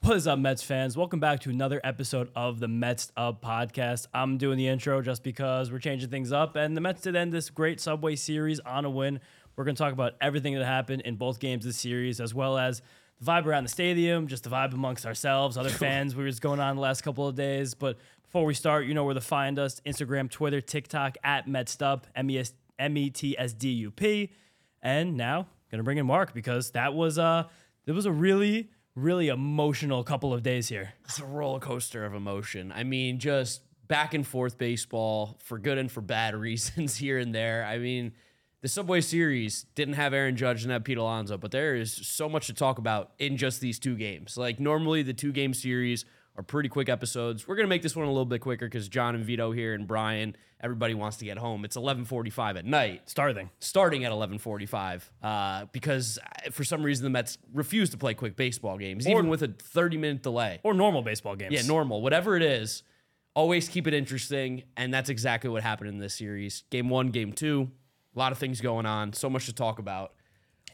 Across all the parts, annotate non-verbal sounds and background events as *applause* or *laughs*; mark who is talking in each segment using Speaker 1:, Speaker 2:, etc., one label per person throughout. Speaker 1: What is up, Mets fans? Welcome back to another episode of the Mets Up podcast. I'm doing the intro just because we're changing things up, and the Mets did end this great Subway series on a win. We're going to talk about everything that happened in both games this series, as well as the vibe around the stadium, just the vibe amongst ourselves, other fans, we was going on the last couple of days. But before we start, you know where to find us Instagram, Twitter, TikTok, at MetsDup, M E S M E T S D U P. And now gonna bring in Mark because that was uh it was a really really emotional couple of days here.
Speaker 2: it's a roller coaster of emotion. I mean, just back and forth baseball for good and for bad *laughs* reasons here and there. I mean, the Subway Series didn't have Aaron Judge and have Pete Alonso, but there is so much to talk about in just these two games. Like normally, the two game series are pretty quick episodes. We're gonna make this one a little bit quicker because John and Vito here and Brian, everybody wants to get home. It's 11:45 at night
Speaker 1: Starting.
Speaker 2: starting at 11:45 uh, because uh, for some reason the Mets refuse to play quick baseball games, even with a 30-minute delay.
Speaker 1: Or normal baseball games.
Speaker 2: Yeah, normal. Whatever it is, always keep it interesting. And that's exactly what happened in this series. Game one, game two, a lot of things going on, so much to talk about.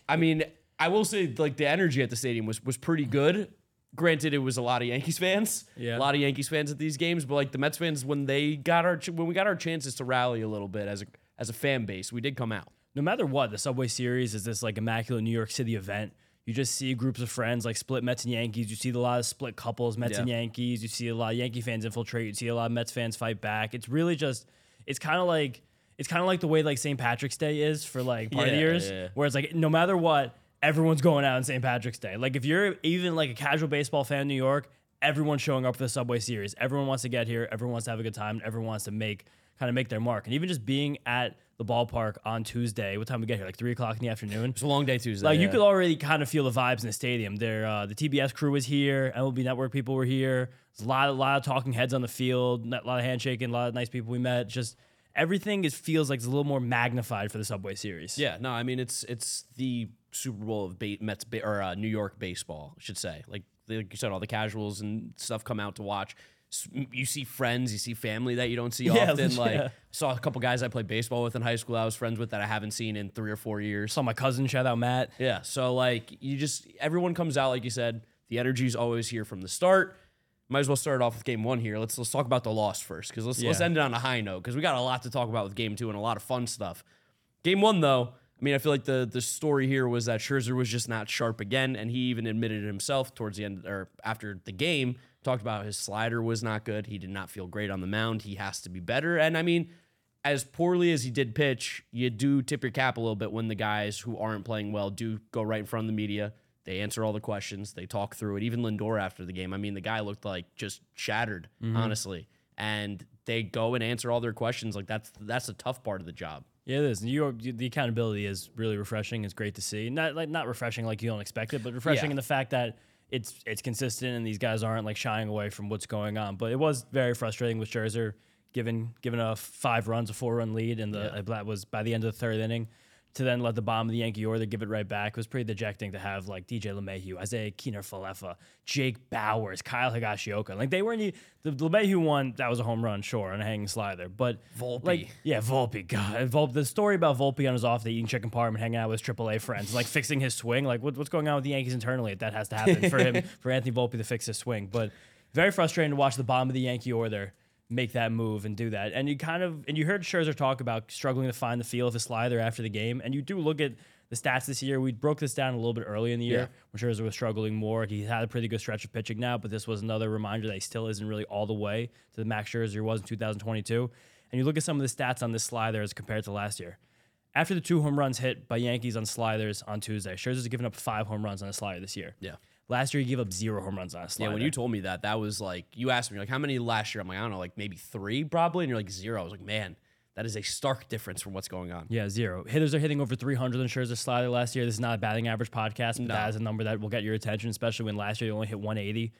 Speaker 2: I mean, I will say like the energy at the stadium was was pretty good. Granted, it was a lot of Yankees fans,
Speaker 1: Yeah.
Speaker 2: a lot of Yankees fans at these games, but like the Mets fans, when they got our ch- when we got our chances to rally a little bit as a as a fan base, we did come out.
Speaker 1: no matter what, the Subway Series is this like immaculate New York City event. You just see groups of friends like split Mets and Yankees. You see a lot of split couples, Mets and
Speaker 2: Yeah.
Speaker 1: Yankees. You see a lot of Yankee fans infiltrate. You see a lot of Mets fans fight back. It's really just, it's kind of like, it's kind of like the way like St. Patrick's Day is for like partiers,
Speaker 2: yeah.
Speaker 1: where it's like no matter what, everyone's going out on St. Patrick's Day. Like if you're even like a casual baseball fan in New York, everyone's showing up for the Subway Series. Everyone wants to get here. Everyone wants to have a good time. Everyone wants to make kind of make their mark. And even just being at the ballpark on Tuesday, what time we get here? Like three o'clock in the afternoon.
Speaker 2: It's a long day Tuesday.
Speaker 1: Like you
Speaker 2: yeah.
Speaker 1: could already kind of feel the vibes in the stadium. There, uh, the TBS crew was here. MLB Network people were here. There's a lot, a lot of talking heads on the field. A lot of handshaking. A lot of nice people we met. Just everything is feels like it's a little more magnified for the Subway Series.
Speaker 2: Yeah, no, I mean it's it's the Super Bowl of ba- Mets ba- or uh, New York baseball, I should say. Like like you said, all the casuals and stuff come out to watch. S- You see friends, you see family that you don't see
Speaker 1: *laughs* Yeah,
Speaker 2: often. Like
Speaker 1: yeah.
Speaker 2: saw a couple guys I played baseball with in high school. I was friends with that I haven't seen in three or four years.
Speaker 1: Saw my cousin. Shout out Matt.
Speaker 2: Yeah. So like you just everyone comes out like you said. The energy's always here from the start. Might as well start off with game one here. Let's let's talk about the loss first because let's let's
Speaker 1: Yeah.
Speaker 2: end it on a high note because we got a lot to talk about with game two and a lot of fun stuff. Game one though, I mean I feel like the the story here was that Scherzer was just not sharp again, and he even admitted it himself towards the end or after the game talked about his slider was not good. He did not feel great on the mound. He has to be better, and I mean as poorly as he did pitch, you do tip your cap a little bit when the guys who aren't playing well do go right in front of the media. They answer all the questions, they talk through it. Even Lindor after the game, I mean, the guy looked like just shattered,
Speaker 1: Mm-hmm.
Speaker 2: honestly. And they go and answer all their questions. Like that's that's the tough part of the job.
Speaker 1: Yeah, it is. New York, the accountability is really refreshing. It's great to see. Not like not refreshing like you don't expect it, but refreshing
Speaker 2: Yeah.
Speaker 1: in the fact that it's it's consistent and these guys aren't like shying away from what's going on. But it was very frustrating with Scherzer, given given a five runs, a four run lead, and the that was by the end of the third inning. To then let the bomb of the Yankee order give it right back was pretty dejecting to have like DJ LeMahieu, Isaiah Keener Falefa, Jake Bowers, Kyle Higashioka. Like they weren't e- the LeMahieu one, that was a home run, sure, on a hanging slider. But
Speaker 2: Volpe.
Speaker 1: like yeah, Volpe. God, Volpe. The story about Volpe on his off day eating chicken parm and hanging out with his AAA friends, like fixing his swing. Like, what, what's going on with the Yankees internally? That has to happen for him, for Anthony Volpe to fix his swing. But very frustrating to watch the bottom of the Yankee order make that move and do that. And you kind of and you heard Scherzer talk about struggling to find the feel of his slider after the game. And you do look at the stats this year. We broke this down a little bit early in the year when Scherzer was struggling more. He had a pretty good stretch of pitching now, but this was another reminder that he still isn't really all the way to the Max Scherzer he was in 2022. And you look at some of the stats on this slider as compared to last year. After the two home runs hit by Yankees on sliders on Tuesday, Scherzer's given up five home runs on a slider this year.
Speaker 2: Yeah.
Speaker 1: Last year, he gave up zero home runs on a
Speaker 2: Yeah,
Speaker 1: slider.
Speaker 2: when you told me that, that was like you asked me like how many last year? I'm like, I don't know, like maybe three probably, and you're like zero. I was like, man, that is a stark difference from what's going on.
Speaker 1: Yeah, zero. Hitters are hitting over 300 on Scherzer's slider last year. This is not a batting average podcast, but that is a number that will get your attention, especially when last year they only hit 180.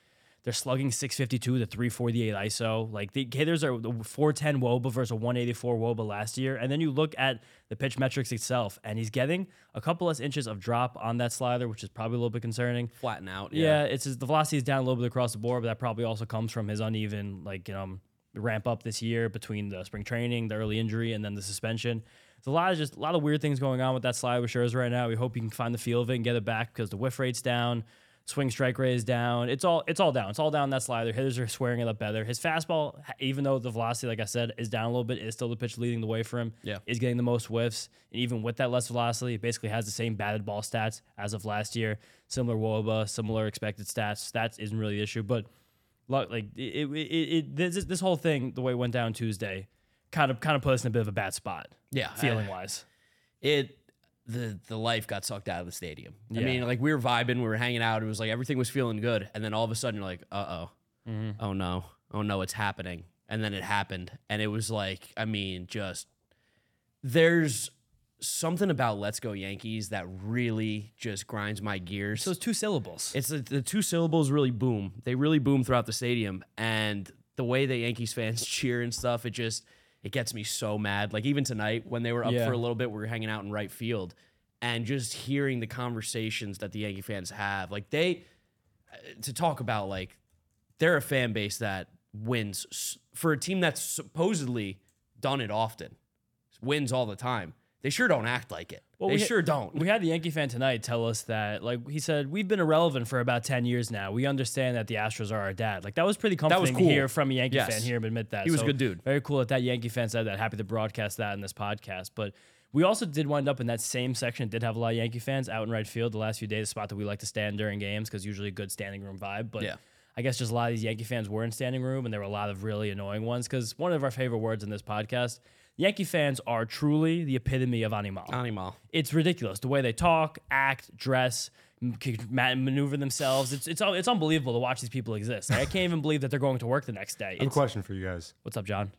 Speaker 1: They're slugging 652 to 348 ISO. Like the hitters are the 410 Woba versus a 184 Woba last year. And then you look at the pitch metrics itself, and he's getting a couple less inches of drop on that slider, which is probably a little bit concerning.
Speaker 2: Flatten out.
Speaker 1: Yeah, it's his, the velocity is down a little bit across the board, but that probably also comes from his uneven like um ramp up this year between the spring training, the early injury, and then the suspension. It's a lot of just a lot of weird things going on with that slide with Scherzer right now. We hope he can find the feel of it and get it back because the whiff rate's down. Swing strike rate is down. It's all it's all down. It's all down that slider. Hitters are swearing it up better. His fastball, even though the velocity, like I said, is down a little bit, is still the pitch leading the way for him.
Speaker 2: Yeah.
Speaker 1: Is getting the most whiffs. And even with that less velocity, it basically has the same batted ball stats as of last year. Similar WOBA, similar expected stats. Stats isn't really the issue, but luck like it, it, it, it this, this whole thing the way it went down Tuesday kind of kind of put us in a bit of a bad spot
Speaker 2: Yeah,
Speaker 1: feeling wise
Speaker 2: it the the life got sucked out of the stadium. I
Speaker 1: Yeah.
Speaker 2: mean, like we were vibing, we were hanging out. It was like everything was feeling good, and then all of a sudden, you're like, uh oh, oh no, oh no, it's happening. And then it happened, and it was like, I mean, just there's something about "Let's Go Yankees" that really just grinds my gears.
Speaker 1: so it's two syllables
Speaker 2: It's the, the two syllables really boom. They really boom throughout the stadium, and the way the Yankees fans *laughs* cheer and stuff, it just it gets me so mad. Like even tonight when they were up
Speaker 1: Yeah.
Speaker 2: for a little bit, we were hanging out in right field, and just hearing the conversations that the Yankee fans have, like they uh, to talk about like they're a fan base that wins s- for a team that's supposedly done it often, wins all the time. They sure don't act like it.
Speaker 1: Well,
Speaker 2: they
Speaker 1: we ha-
Speaker 2: sure don't.
Speaker 1: we had the Yankee fan tonight tell us that like he said we've been irrelevant for about 10 years now we understand that the Astros are our dad like that was pretty comforting
Speaker 2: was
Speaker 1: to
Speaker 2: cool.
Speaker 1: hear from a Yankee
Speaker 2: Yes.
Speaker 1: fan here admit that
Speaker 2: He was a
Speaker 1: So
Speaker 2: good dude.
Speaker 1: very cool that that Yankee fan said that happy to broadcast that in this podcast but we also did wind up in that same section did have a lot of Yankee fans out in right field the last few days a spot that we like to stand during games because usually a good standing room vibe but
Speaker 2: Yeah.
Speaker 1: I guess just a lot of these Yankee fans were in standing room, and there were a lot of really annoying ones. Because one of our favorite words in this podcast, Yankee fans are truly the epitome of animal.
Speaker 2: Animal.
Speaker 1: It's ridiculous the way they talk, act, dress, m- c- ma- maneuver themselves. It's it's un- it's unbelievable to watch these people exist. Like, I can't even believe that they're going to work the next day.
Speaker 3: I have a
Speaker 1: It's-
Speaker 3: question for you guys.
Speaker 1: what's up, John?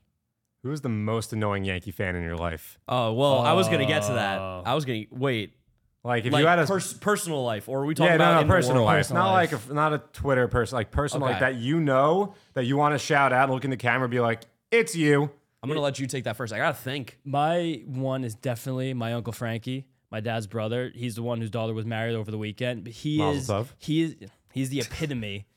Speaker 3: Who is the most annoying Yankee fan in your life?
Speaker 2: Oh well, I was gonna get to that.
Speaker 1: Oh.
Speaker 2: I was gonna wait.
Speaker 3: Like if
Speaker 2: Like
Speaker 3: you had a
Speaker 2: pers- personal life, or are we talking
Speaker 3: yeah,
Speaker 2: about
Speaker 3: no,
Speaker 2: in
Speaker 3: no,
Speaker 2: the
Speaker 3: personal
Speaker 2: world?
Speaker 3: life,
Speaker 1: Personal
Speaker 3: not
Speaker 1: life.
Speaker 3: like a, not a Twitter person, like personal, like
Speaker 2: Okay.
Speaker 3: that you know that you want to shout out, look in the camera, be like, it's you.
Speaker 2: I'm gonna let you take that first. I gotta think.
Speaker 1: My one is definitely my uncle Frankie, my dad's brother. He's the one whose daughter was married over the weekend. But he
Speaker 3: Mazel
Speaker 1: is
Speaker 3: tov.
Speaker 1: he is he's the epitome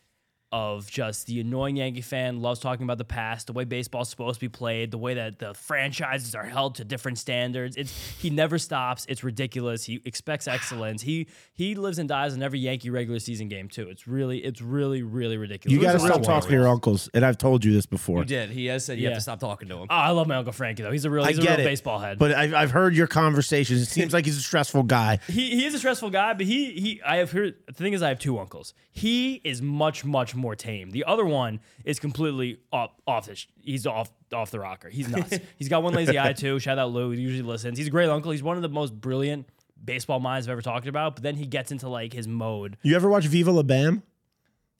Speaker 1: of just the annoying Yankee fan. Loves talking about the past, the way baseball's supposed to be played, the way that the franchises are held to different standards. It's he never stops. It's ridiculous. He expects excellence. He he lives and dies on every Yankee regular season game too. It's really it's really really ridiculous.
Speaker 4: You got to
Speaker 3: was a real
Speaker 4: stop talking to your uncles, and I've told you this before.
Speaker 2: You did. He has said you
Speaker 1: Yeah.
Speaker 2: have to stop talking to him. *laughs*
Speaker 1: Oh, I love my uncle Frankie though. He's a real
Speaker 4: I
Speaker 1: he's a
Speaker 4: get
Speaker 1: real
Speaker 4: it,
Speaker 1: baseball head.
Speaker 4: But I've, I've heard your conversations. It seems like he's a stressful guy.
Speaker 1: he, he is a stressful guy, but he he I have heard the thing is I have two uncles. He is much much more tame. The other one is completely off off his, he's off off the rocker. He's nuts. he's got one lazy eye too. Shout out Lou. He usually listens. He's a great uncle. He's one of the most brilliant baseball minds I've ever talked about. But then he gets into like his mode.
Speaker 4: You ever watch Viva La Bam?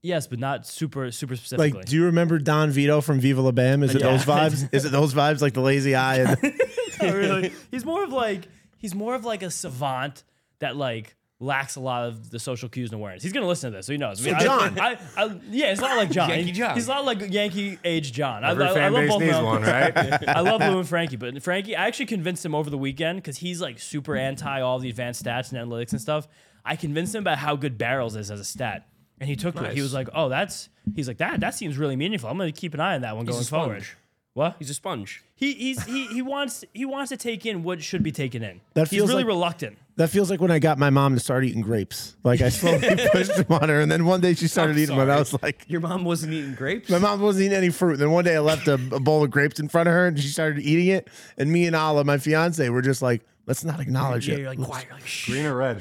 Speaker 1: Yes, but not super super specifically.
Speaker 4: Like, do you remember Don Vito from Viva La Bam? Is it
Speaker 1: Yeah.
Speaker 4: those vibes? Is it those vibes like the lazy eye? And,
Speaker 2: *laughs*
Speaker 1: Not really. *laughs* He's more of like he's more of like a savant that like lacks a lot of the social cues and awareness. He's gonna listen to this, so he knows. I mean, I-
Speaker 4: John.
Speaker 1: I, I, yeah, it's not like John.
Speaker 2: Yankee John.
Speaker 1: He's not like Yankee age John. I,
Speaker 3: Every
Speaker 1: I, I
Speaker 3: fan
Speaker 1: love
Speaker 3: base
Speaker 1: both
Speaker 3: needs
Speaker 1: of
Speaker 3: one,
Speaker 1: *laughs*
Speaker 3: right?
Speaker 1: I love Lou
Speaker 3: *laughs*
Speaker 1: and Frankie, but Frankie, I actually convinced him over the weekend because he's like super anti all the advanced stats and analytics and stuff. I convinced him about how good barrels is as a stat. And he took to it. He was like, "Oh, that's." He's like, "That that seems really meaningful. I'm going to keep an eye on that one
Speaker 2: a
Speaker 1: going forward."
Speaker 2: sponge.
Speaker 1: What?
Speaker 2: He's a sponge.
Speaker 1: He he's, he he wants he wants to take in what should be taken in.
Speaker 4: That
Speaker 1: he's
Speaker 4: feels
Speaker 1: really
Speaker 4: like-
Speaker 1: reluctant.
Speaker 4: that feels like when I got my mom to start eating grapes. Like I slowly pushed them on her, and then one day she started
Speaker 2: I'm
Speaker 4: eating one. I
Speaker 2: sorry.
Speaker 4: was like,
Speaker 2: Your mom wasn't
Speaker 1: *laughs*
Speaker 2: eating grapes.
Speaker 4: my mom wasn't eating any fruit. Then one day I left a, a bowl of grapes in front of her, and she started eating it. And me and Ala, my fiance, were just like, let's not acknowledge
Speaker 2: yeah,
Speaker 4: it.
Speaker 2: you're like quiet. You're like shh.
Speaker 3: Green or red?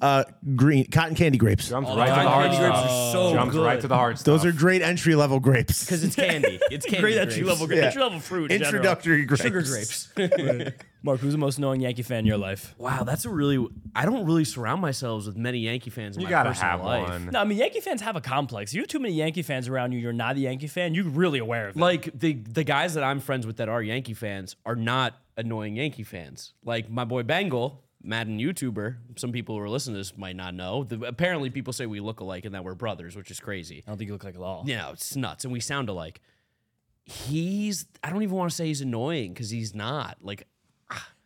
Speaker 4: Uh, green cotton candy grapes.
Speaker 3: Jumps
Speaker 1: Oh,
Speaker 2: All
Speaker 3: right
Speaker 2: the
Speaker 3: to the
Speaker 2: time
Speaker 3: hard
Speaker 2: candy grapes
Speaker 3: stuff.
Speaker 2: are so
Speaker 3: Jumps
Speaker 2: good.
Speaker 3: right to the hard stuff.
Speaker 4: Those are great entry level grapes.
Speaker 2: because it's
Speaker 3: *laughs*
Speaker 2: candy. It's candy.
Speaker 1: Great
Speaker 2: grapes.
Speaker 1: entry level,
Speaker 4: Yeah.
Speaker 1: entry level fruit. in general.
Speaker 4: introductory grapes.
Speaker 2: sugar grapes.
Speaker 4: *laughs*
Speaker 1: *laughs* Mark, who's the most annoying Yankee fan in your life?
Speaker 2: wow, that's a really. I don't really surround myselves with many Yankee fans. In
Speaker 3: You
Speaker 2: my
Speaker 3: gotta
Speaker 2: personal
Speaker 3: have
Speaker 2: life.
Speaker 3: one.
Speaker 1: No, I mean Yankee fans have a complex. You have too many Yankee fans around you. You're not a Yankee fan. You're really aware of it.
Speaker 2: Like the the guys that I'm friends with that are Yankee fans are not annoying Yankee fans. Like my boy Bangle, Madden YouTuber. Some people who are listening to this might not know. The, apparently, people say we look alike and that we're brothers, which is crazy.
Speaker 1: I don't think you look like it at all.
Speaker 2: you know, it's nuts, and we sound alike. He's I don't even want to say he's annoying because he's not. Like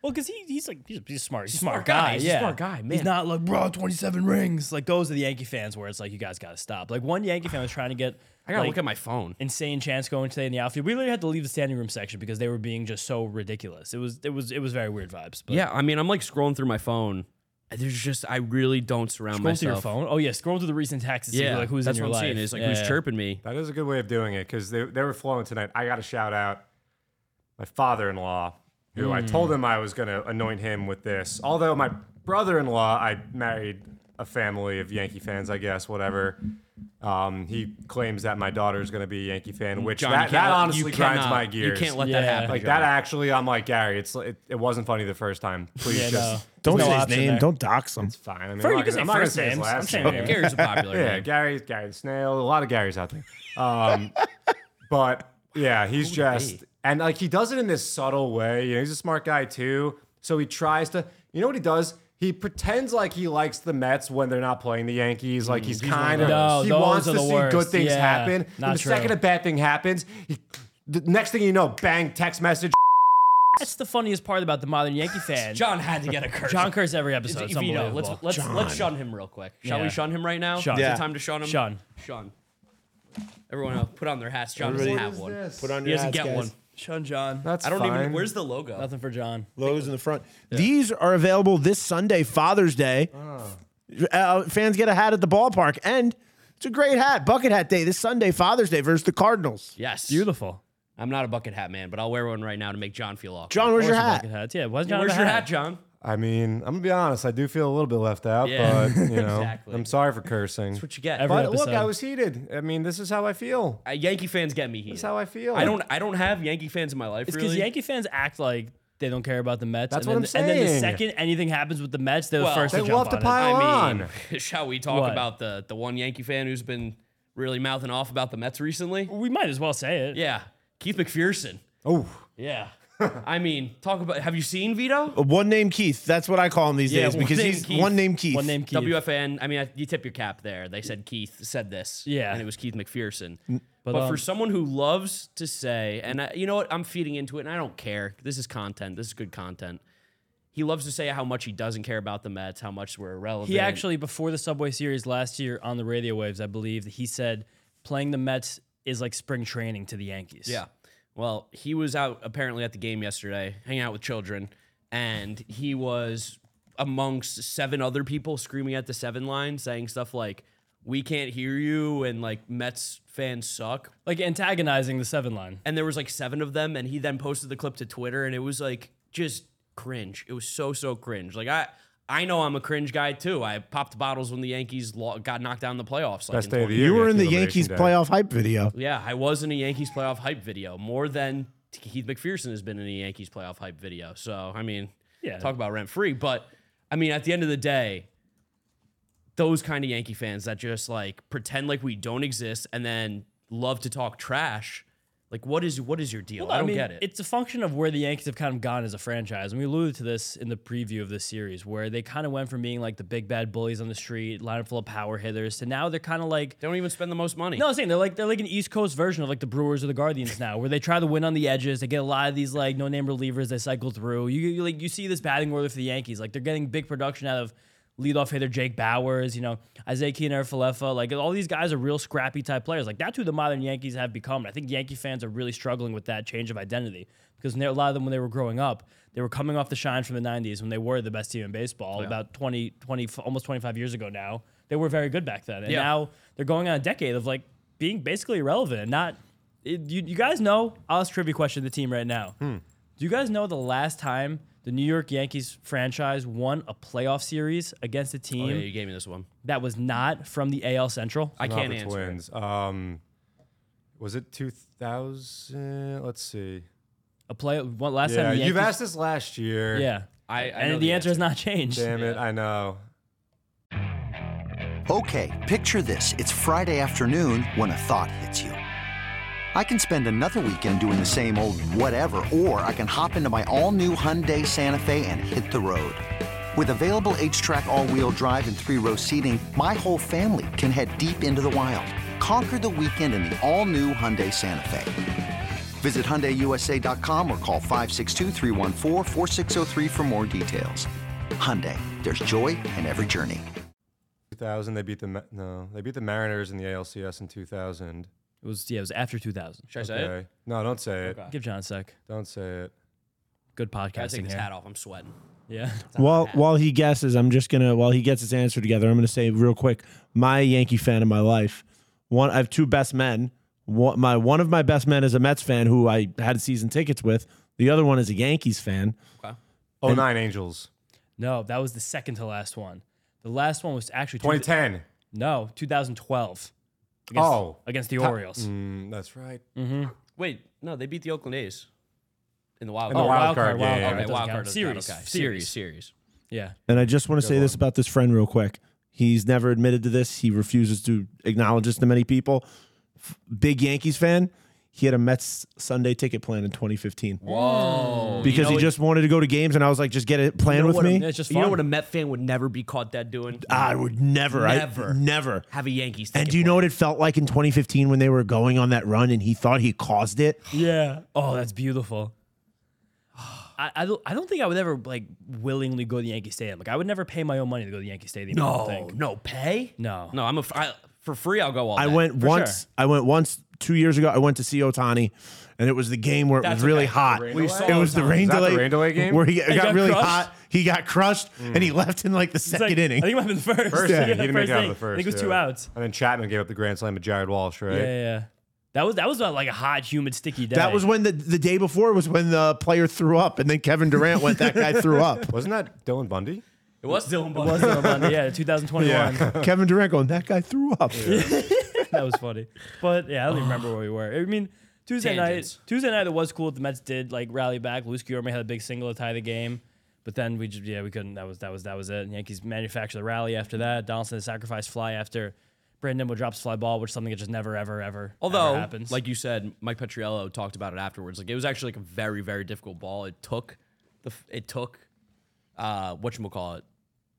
Speaker 1: Well, because he, he's like he's, he's smart. He's a
Speaker 2: smart
Speaker 1: smart
Speaker 2: guy.
Speaker 1: guy.
Speaker 2: He's a
Speaker 1: yeah.
Speaker 2: smart guy, man.
Speaker 1: He's not like bro, 27 rings. Like those are the Yankee fans where it's like you guys got to stop. Like one Yankee fan was trying to get.
Speaker 2: I gotta
Speaker 1: like,
Speaker 2: look at my phone.
Speaker 1: insane chance going today in the outfield. We literally had to leave the standing room section because they were being just so ridiculous. It was it was it was very weird vibes. But
Speaker 2: Yeah, I mean, I'm like scrolling through my phone there's just I really don't surround
Speaker 1: Scroll through your
Speaker 2: myself.
Speaker 1: phone. Oh yeah, scroll through the recent texts. and see,
Speaker 2: Yeah,
Speaker 1: like who's
Speaker 2: that's
Speaker 1: in your
Speaker 2: what I'm
Speaker 1: life.
Speaker 2: saying. Is like
Speaker 1: Yeah,
Speaker 2: who's
Speaker 1: yeah.
Speaker 2: chirping me?
Speaker 3: That is a good way of doing it because they, they were flowing tonight. I got to shout out my father in law, who I told him I was going to anoint him with this. Although my brother in law, I married a family of Yankee fans, I guess, whatever. Um, he claims that my daughter is going to be a Yankee fan, which
Speaker 2: John, you
Speaker 3: that,
Speaker 2: can't
Speaker 3: that
Speaker 2: let-
Speaker 3: honestly
Speaker 2: you
Speaker 3: grinds
Speaker 2: cannot-
Speaker 3: my gears.
Speaker 2: You can't let
Speaker 1: Yeah.
Speaker 2: that happen.
Speaker 3: like
Speaker 2: John.
Speaker 3: that actually, I'm like Gary. It's it, it wasn't funny the first time. Please
Speaker 1: Yeah,
Speaker 3: just
Speaker 1: no.
Speaker 4: Don't
Speaker 1: There's
Speaker 4: say
Speaker 1: no
Speaker 4: his
Speaker 1: option
Speaker 4: name.
Speaker 1: there.
Speaker 4: Don't dox him.
Speaker 3: it's fine. I mean,
Speaker 1: Fir-
Speaker 3: I'm
Speaker 1: you
Speaker 3: not
Speaker 1: can
Speaker 3: gonna-
Speaker 1: say
Speaker 3: I'm not gonna
Speaker 1: first
Speaker 3: say his
Speaker 1: names.
Speaker 3: last
Speaker 1: I'm saying
Speaker 3: name.
Speaker 1: names.
Speaker 2: Gary's a popular.
Speaker 3: *laughs* Yeah,
Speaker 2: man.
Speaker 3: Gary, Gary Snail, a lot of Garys out there. Um, but yeah, he's just and like he does it in this subtle way. You know, he's a smart guy too. So he tries to. You know what he does? He pretends like he likes the Mets when they're not playing the Yankees. Like he's, kind of
Speaker 1: of those.
Speaker 3: he
Speaker 1: No, those
Speaker 3: wants
Speaker 1: are
Speaker 3: to
Speaker 1: the
Speaker 3: see
Speaker 1: worst.
Speaker 3: good things
Speaker 1: Yeah,
Speaker 3: happen.
Speaker 1: not
Speaker 3: and the
Speaker 1: true.
Speaker 3: second a bad thing happens, he, the next thing you know, bang, text message.
Speaker 1: That's the funniest part about the modern
Speaker 2: *laughs*
Speaker 1: Yankee fan.
Speaker 2: John had to get a curse.
Speaker 1: John Kerr's every episode. It's
Speaker 2: Vito, let's
Speaker 1: unbelievable.
Speaker 2: let's let's shun him real quick. Shall
Speaker 1: Yeah.
Speaker 2: we shun him right now?
Speaker 1: Shun.
Speaker 2: Is
Speaker 1: Yeah.
Speaker 2: it time to shun him?
Speaker 1: Shun.
Speaker 2: Shun. Everyone else, put on their hats. John doesn't have one.
Speaker 4: Put on
Speaker 2: He
Speaker 4: your
Speaker 2: doesn't
Speaker 4: hats,
Speaker 2: get
Speaker 4: guys.
Speaker 2: one.
Speaker 1: Shun John.
Speaker 3: That's
Speaker 2: I don't even.
Speaker 3: fine.
Speaker 2: Where's the logo?
Speaker 1: Nothing for John.
Speaker 4: Lowe's in the front. These are available this Sunday, Father's Day. Uh, fans get a hat at the ballpark, and it's a great hat. Bucket hat day this Sunday, Father's Day versus the Cardinals.
Speaker 2: Yes.
Speaker 1: Beautiful.
Speaker 2: I'm not a bucket hat man, but I'll wear one right now to make John feel awkward.
Speaker 4: John, where's your hat?
Speaker 1: Bucket hats. Yeah. Why does John
Speaker 2: where's
Speaker 1: have a
Speaker 2: your hat, John?
Speaker 3: I mean, I'm gonna be honest. I do feel a little bit left out,
Speaker 2: Yeah,
Speaker 3: but you know,
Speaker 2: exactly.
Speaker 3: I'm sorry for cursing.
Speaker 2: What you get?
Speaker 1: Every-
Speaker 3: but look,
Speaker 1: episode.
Speaker 3: I was heated. I mean, this is how I feel.
Speaker 2: Uh, Yankee fans get me here.
Speaker 3: That's how I feel.
Speaker 2: I don't. I don't have Yankee fans in my life.
Speaker 1: It's because
Speaker 2: really.
Speaker 1: Yankee fans act like they don't care about the Mets.
Speaker 3: That's
Speaker 1: and
Speaker 3: what
Speaker 1: then,
Speaker 3: I'm
Speaker 1: And then the
Speaker 3: saying.
Speaker 1: second anything happens with the Mets, they're
Speaker 2: Well,
Speaker 1: the first
Speaker 3: They
Speaker 1: to jump
Speaker 3: love to
Speaker 1: on it.
Speaker 3: pile
Speaker 2: I
Speaker 3: on.
Speaker 2: mean, *laughs* shall we talk
Speaker 1: What?
Speaker 2: about the the one Yankee fan who's been really mouthing off about the Mets recently?
Speaker 1: We might as well say it.
Speaker 2: Yeah, Keith McPherson.
Speaker 3: oh,
Speaker 2: Yeah. I mean, talk about. Have you seen Vito?
Speaker 1: Oh,
Speaker 4: Uh, One name Keith. That's what I call him these
Speaker 2: Yeah,
Speaker 4: days
Speaker 2: one
Speaker 4: because
Speaker 2: name
Speaker 4: he's
Speaker 2: Keith.
Speaker 4: one name Keith.
Speaker 1: One name Keith.
Speaker 2: WFN. I E mean, I, you tip your cap there. They said Keith said this.
Speaker 1: Yeah.
Speaker 2: And it was Keith McPherson. But,
Speaker 1: um,
Speaker 2: for someone who loves to say, and I, you know what? I'm feeding into it and I don't care. This is content. This is good content. He loves to say how much he doesn't care about the Mets, how much we're irrelevant.
Speaker 1: He actually, before the Subway Series last year on the radio waves, I believe, he said playing the Mets is like spring training to the Yankees.
Speaker 2: Yeah. Well, he was out apparently at the game yesterday, hanging out with children, and he was amongst seven other people screaming at the seven line, saying stuff like, "We can't hear you," and like Mets fans suck.
Speaker 1: Like antagonizing the seven line.
Speaker 2: And there was like seven of them, and he then posted the clip to Twitter, and it was like just cringe. It was so so cringe. Like I. I know I'm a cringe guy too. I popped bottles when the Yankees lo- got knocked down in the playoffs. Like
Speaker 3: best
Speaker 2: in
Speaker 3: day
Speaker 2: 20
Speaker 3: of the year.
Speaker 4: you were in the
Speaker 3: Yankee Liberation
Speaker 4: Yankees
Speaker 3: Day.
Speaker 4: playoff hype video.
Speaker 2: Yeah, I was in a Yankees playoff hype video more than Keith McPherson has been in a Yankees playoff hype video. So, I mean,
Speaker 1: Yeah.
Speaker 2: talk about rent free. But, I mean, at the end of the day, those kind of Yankee fans that just like pretend like we don't exist and then love to talk trash. Like, what is what is your deal? I don't
Speaker 1: mean,
Speaker 2: get it.
Speaker 1: It's a function of where the Yankees have kind of gone as a franchise. And we alluded to this in the preview of this series, where they kind of went from being like the big bad bullies on the street, lineup full of power hitters, to now they're kind of like
Speaker 2: they don't even spend the most money.
Speaker 1: No, I'm saying they're like they're like an East Coast version of like the Brewers or the Guardians now, where they try to win on the edges. They get a lot of these like no name relievers they cycle through. You, you like you see this batting order for the Yankees, like they're getting big production out of leadoff hitter Jake Bowers, you know Isaiah Keener Falefa, like all these guys are real scrappy type players. Like that's who the modern Yankees have become. And I think Yankee fans are really struggling with that change of identity because when they- a lot of them when they were growing up, they were coming off the shine from the '90s when they were the best team in baseball about 20, 20 almost 25 years ago now. They were very good back then, and
Speaker 2: Yeah.
Speaker 1: now they're going on a decade of like being basically irrelevant and not. It, you, you guys know, I'll ask a trivia question to the team right now.
Speaker 2: Hmm.
Speaker 1: Do you guys know the last time the New York Yankees franchise won a playoff series against a
Speaker 2: Oh,
Speaker 1: team
Speaker 2: yeah, you gave me this one.
Speaker 1: that was not from the AL Central?
Speaker 2: I
Speaker 3: Not
Speaker 2: can't
Speaker 3: the
Speaker 2: answer. it.
Speaker 3: Twins. Um, was it 2000? Let's see.
Speaker 1: A play one last
Speaker 3: Yeah,
Speaker 1: time the Yankees,
Speaker 3: you've asked this last year.
Speaker 1: Yeah,
Speaker 2: I, I
Speaker 1: and
Speaker 2: know
Speaker 1: the, answer has not changed.
Speaker 3: Damn it, I know.
Speaker 5: Okay, picture this. It's Friday afternoon when a thought hits you. I can spend another weekend doing the same old whatever, or I can hop into my all new Hyundai Santa Fe and hit the road. With available H track, all wheel drive, and three row seating, my whole family can head deep into the wild. Conquer the weekend in the all new Hyundai Santa Fe. Visit HyundaiUSA.com or call 562-314-4603 for more details. Hyundai, there's joy in every journey.
Speaker 3: 2000. They beat the Ma- no. They beat the Mariners in the ALCS in 2000.
Speaker 1: It was yeah, it was after 2000.
Speaker 2: Should I say it?
Speaker 3: Okay. No, don't say it.
Speaker 1: Give John a sec.
Speaker 3: Don't say it.
Speaker 1: Good
Speaker 2: Can I take
Speaker 1: podcasting
Speaker 2: this
Speaker 1: here.
Speaker 2: hat off? I'm sweating.
Speaker 1: Yeah. *laughs*
Speaker 4: While while he guesses, I'm just gonna while he gets his answer together, I'm gonna say real quick, my Yankee fan of my life. One, I have two best men. One, my one of my best men is a Mets fan who I had season tickets with. The other one is a Yankees fan.
Speaker 3: Oh nine Angels.
Speaker 1: No, that was the second to last one. The last one was actually two-
Speaker 3: 2010.
Speaker 1: No, 2012. Against,
Speaker 3: Oh.
Speaker 1: against the Orioles.
Speaker 3: Mm, that's right.
Speaker 2: Wait, no, they beat the Oakland A's in the wild.
Speaker 3: the
Speaker 2: card.
Speaker 3: wild card, yeah, yeah,
Speaker 2: Okay,
Speaker 1: doesn't
Speaker 2: wild
Speaker 1: count.
Speaker 2: card doesn't count,
Speaker 1: series,
Speaker 2: okay.
Speaker 1: series,
Speaker 2: series, series.
Speaker 1: Yeah.
Speaker 4: And I just want to say this about this friend real quick. He's never admitted to this. He refuses to acknowledge this to many people. F- big Yankees fan. He had a Mets Sunday ticket plan in 2015
Speaker 2: Whoa!
Speaker 4: because he just wanted to go to games, and I was like, just get it plan with me.
Speaker 1: It's just
Speaker 2: you know
Speaker 1: fun.
Speaker 2: what a Met fan would never be caught dead doing?
Speaker 4: I would never, I
Speaker 2: Never.
Speaker 4: never.
Speaker 2: Have a Yankees.
Speaker 4: And
Speaker 2: ticket
Speaker 4: do you know
Speaker 2: plate.
Speaker 4: what it felt like in 2015 when they were going on that run and he thought he caused it?
Speaker 1: Yeah. Oh, that's beautiful. *sighs* I, I, don't, I don't think I would ever like willingly go to the Yankee Stadium. Like I would never pay my own money to go to the Yankee Stadium. I don't
Speaker 2: No,
Speaker 1: think.
Speaker 2: Oh, no pay.
Speaker 1: No.
Speaker 2: no. I'm a f- I, for free. I'll go all.
Speaker 4: I
Speaker 2: day.
Speaker 4: went
Speaker 1: for
Speaker 4: once.
Speaker 1: sure.
Speaker 4: I went once two years ago. I went to see Otani, and it was the game where it
Speaker 2: That's
Speaker 4: was really
Speaker 2: okay.
Speaker 4: hot.
Speaker 3: rain
Speaker 4: it
Speaker 3: delay?
Speaker 4: was the
Speaker 3: Is
Speaker 4: rain
Speaker 3: that the
Speaker 4: delay,
Speaker 3: rain delay game?
Speaker 4: where he, it got,
Speaker 1: got
Speaker 4: really
Speaker 1: crushed?
Speaker 4: hot. He got crushed, and he left in like the
Speaker 1: It's like-
Speaker 4: second inning.
Speaker 1: I think it might have been the first. *laughs*
Speaker 3: First
Speaker 1: Yeah,
Speaker 3: inning. He didn't make it out of the first.
Speaker 1: I think it was two
Speaker 3: yeah.
Speaker 1: outs.
Speaker 3: And then Chapman gave up the grand slam to Jared Walsh, right?
Speaker 1: Yeah, yeah, yeah. That was that was uh, like a hot, humid, sticky day.
Speaker 4: that
Speaker 1: *laughs*
Speaker 4: was when the the day before was when the player threw up, and then Kevin Durant went. That guy threw
Speaker 3: *laughs*
Speaker 4: up.
Speaker 3: Wasn't that Dylan Bundy?
Speaker 2: It was Dylan
Speaker 1: It was
Speaker 2: Bundy.
Speaker 1: on Monday,
Speaker 3: *laughs*
Speaker 1: yeah, 2021.
Speaker 4: Kevin Durant going. That guy threw up.
Speaker 1: that was funny. But yeah, I don't even remember where we were. I mean, Tuesday
Speaker 2: Tangents.
Speaker 1: night, Tuesday night it was cool. The Mets did like rally back. Luis Guillorme had a big single to tie the game, but then we just yeah we couldn't. That was that was that was it. And Yankees manufactured the rally after that. Donaldson sacrificed fly after Brandon Nimmo drops fly ball, which is something that just never ever ever
Speaker 2: Although,
Speaker 1: ever happens.
Speaker 2: like you said, Mike Petriello talked about it afterwards. Like it was actually like a very, very difficult ball. It took the f- it took uh what you call it.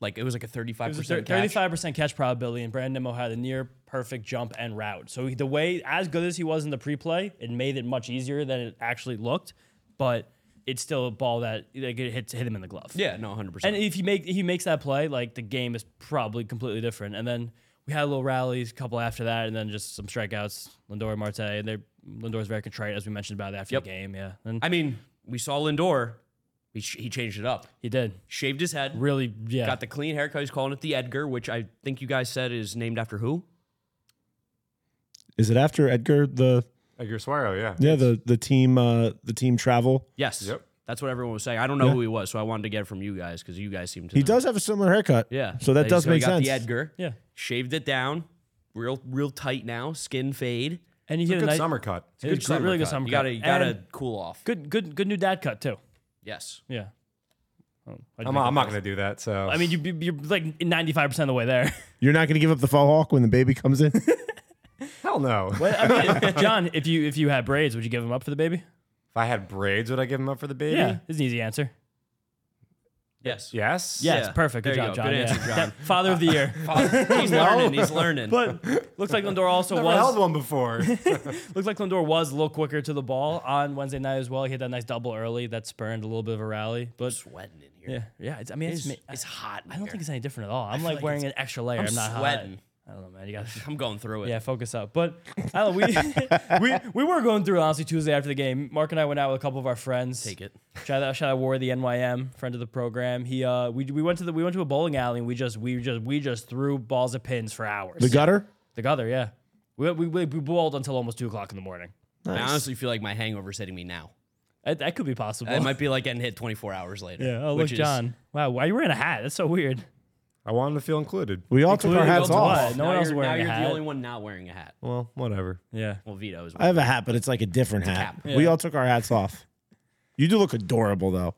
Speaker 2: Like it was like a thirty five
Speaker 1: It was a
Speaker 2: percent.
Speaker 1: thirty-five percent catch probability, and Brandon Nimmo had a near perfect jump and route. So he- the way, as good as he was in the pre-play, it made it much easier than it actually looked. But it's still a ball that like, it hit hit him in the glove.
Speaker 2: Yeah, no, hundred
Speaker 1: And
Speaker 2: percent.
Speaker 1: if he make he makes that play, like the game is probably completely different. And then we had a little rallies, a couple after that, and then just some strikeouts. Lindor, Marte, and they Lindor's very contrite, as we mentioned about it after
Speaker 2: Yep.
Speaker 1: the game. Yeah, and
Speaker 2: I mean, we saw Lindor. He, sh- he changed it up.
Speaker 1: he did
Speaker 2: Shaved his head.
Speaker 1: really. Yeah,
Speaker 2: Got the clean haircut. He's calling it the Edgar, which I think you guys said is named after who?
Speaker 4: Is it after Edgar the
Speaker 3: Edgar Suero, yeah.
Speaker 4: yeah the the team uh, the team travel?
Speaker 2: Yes.
Speaker 3: Yep.
Speaker 2: That's what everyone was saying. I don't know who he was, so I wanted to get it from you guys because you guys seem to.
Speaker 4: He
Speaker 2: know.
Speaker 4: does have a similar haircut.
Speaker 2: Mm. Yeah.
Speaker 4: So that
Speaker 2: Like,
Speaker 4: does
Speaker 2: so he
Speaker 4: make
Speaker 2: got
Speaker 4: sense.
Speaker 2: The Edgar.
Speaker 1: Yeah.
Speaker 2: Shaved it down, real real tight now. Skin fade.
Speaker 1: and he
Speaker 3: It's
Speaker 1: hit
Speaker 3: a
Speaker 1: a
Speaker 3: good
Speaker 1: nice,
Speaker 3: summer cut.
Speaker 1: It was a really good
Speaker 2: cut.
Speaker 1: summer.
Speaker 2: You
Speaker 1: cut.
Speaker 2: gotta you gotta
Speaker 1: And
Speaker 2: cool off.
Speaker 1: good good good new dad cut too.
Speaker 2: Yes.
Speaker 1: Yeah. Oh, I
Speaker 3: I'm, I'm not going to do that. So
Speaker 1: I mean, you, you- you're like 95% of the way there.
Speaker 4: You're not going to give up the fall hawk when the baby comes in.
Speaker 3: hell
Speaker 1: *laughs*
Speaker 3: no.
Speaker 1: But, I mean, John, if you if you had braids, would you give them up for the baby?
Speaker 3: If I had braids, would I give him up for the baby?
Speaker 1: Yeah, it's an easy answer.
Speaker 2: Yes.
Speaker 3: Yes.
Speaker 1: Yeah, it's
Speaker 2: Yeah,
Speaker 1: perfect. Good
Speaker 2: there
Speaker 1: job,
Speaker 2: you go.
Speaker 1: John.
Speaker 2: Good
Speaker 1: yeah.
Speaker 2: answer, John.
Speaker 1: That- Father of the year.
Speaker 2: Oh,
Speaker 1: *laughs*
Speaker 2: he's learning. He's learning.
Speaker 1: But looks like Lindor also
Speaker 3: Never held
Speaker 1: was *laughs*
Speaker 3: one before.
Speaker 1: looks like Lindor was a little quicker to the ball on Wednesday night as well. He had that nice double early that spurned a little bit of a rally. But
Speaker 2: sweating in here.
Speaker 1: yeah, yeah. It's, I mean, it's,
Speaker 2: It's,
Speaker 1: ma-
Speaker 2: it's hot.
Speaker 1: I don't think it's any different at all. I'm like,
Speaker 2: like
Speaker 1: wearing an extra layer. I'm, not hot.
Speaker 2: sweating.
Speaker 1: I don't know, man. You got *laughs*
Speaker 2: I'm going through it.
Speaker 1: Yeah, focus up. But *laughs* I don't know, *laughs* we, we we were going through honestly Tuesday after the game. Mark and I went out with a couple of our friends.
Speaker 2: Take it.
Speaker 1: Shout out, shout out, War the NYM friend of the program. He uh, we, we went to the we went to a bowling alley and we just we just we just threw balls of pins for hours. *laughs*
Speaker 4: the gutter?
Speaker 1: The gutter, yeah. We we we, we bowled until almost two o'clock in the morning.
Speaker 2: I honestly feel like my hangover's hitting me now.
Speaker 1: That, that could be possible. *laughs*
Speaker 2: It might be like getting hit 24 hours later.
Speaker 1: yeah. Oh look,
Speaker 2: which is-
Speaker 1: John. Wow, why are you wearing a hat? That's so weird.
Speaker 3: I wanted to feel included.
Speaker 4: We all took our
Speaker 1: Including
Speaker 4: hats
Speaker 1: Elton
Speaker 4: off.
Speaker 1: John. No
Speaker 2: now
Speaker 1: one else
Speaker 2: you're-
Speaker 1: wearing
Speaker 2: Now
Speaker 1: a
Speaker 2: you're
Speaker 1: hat.
Speaker 2: the only one not wearing a hat.
Speaker 3: Well, whatever.
Speaker 1: Yeah.
Speaker 2: Well, Vito is.
Speaker 4: I have a hat, but it's like a different hat.
Speaker 2: cap.
Speaker 4: We all took our hats off. You do look
Speaker 1: *laughs*
Speaker 4: adorable though.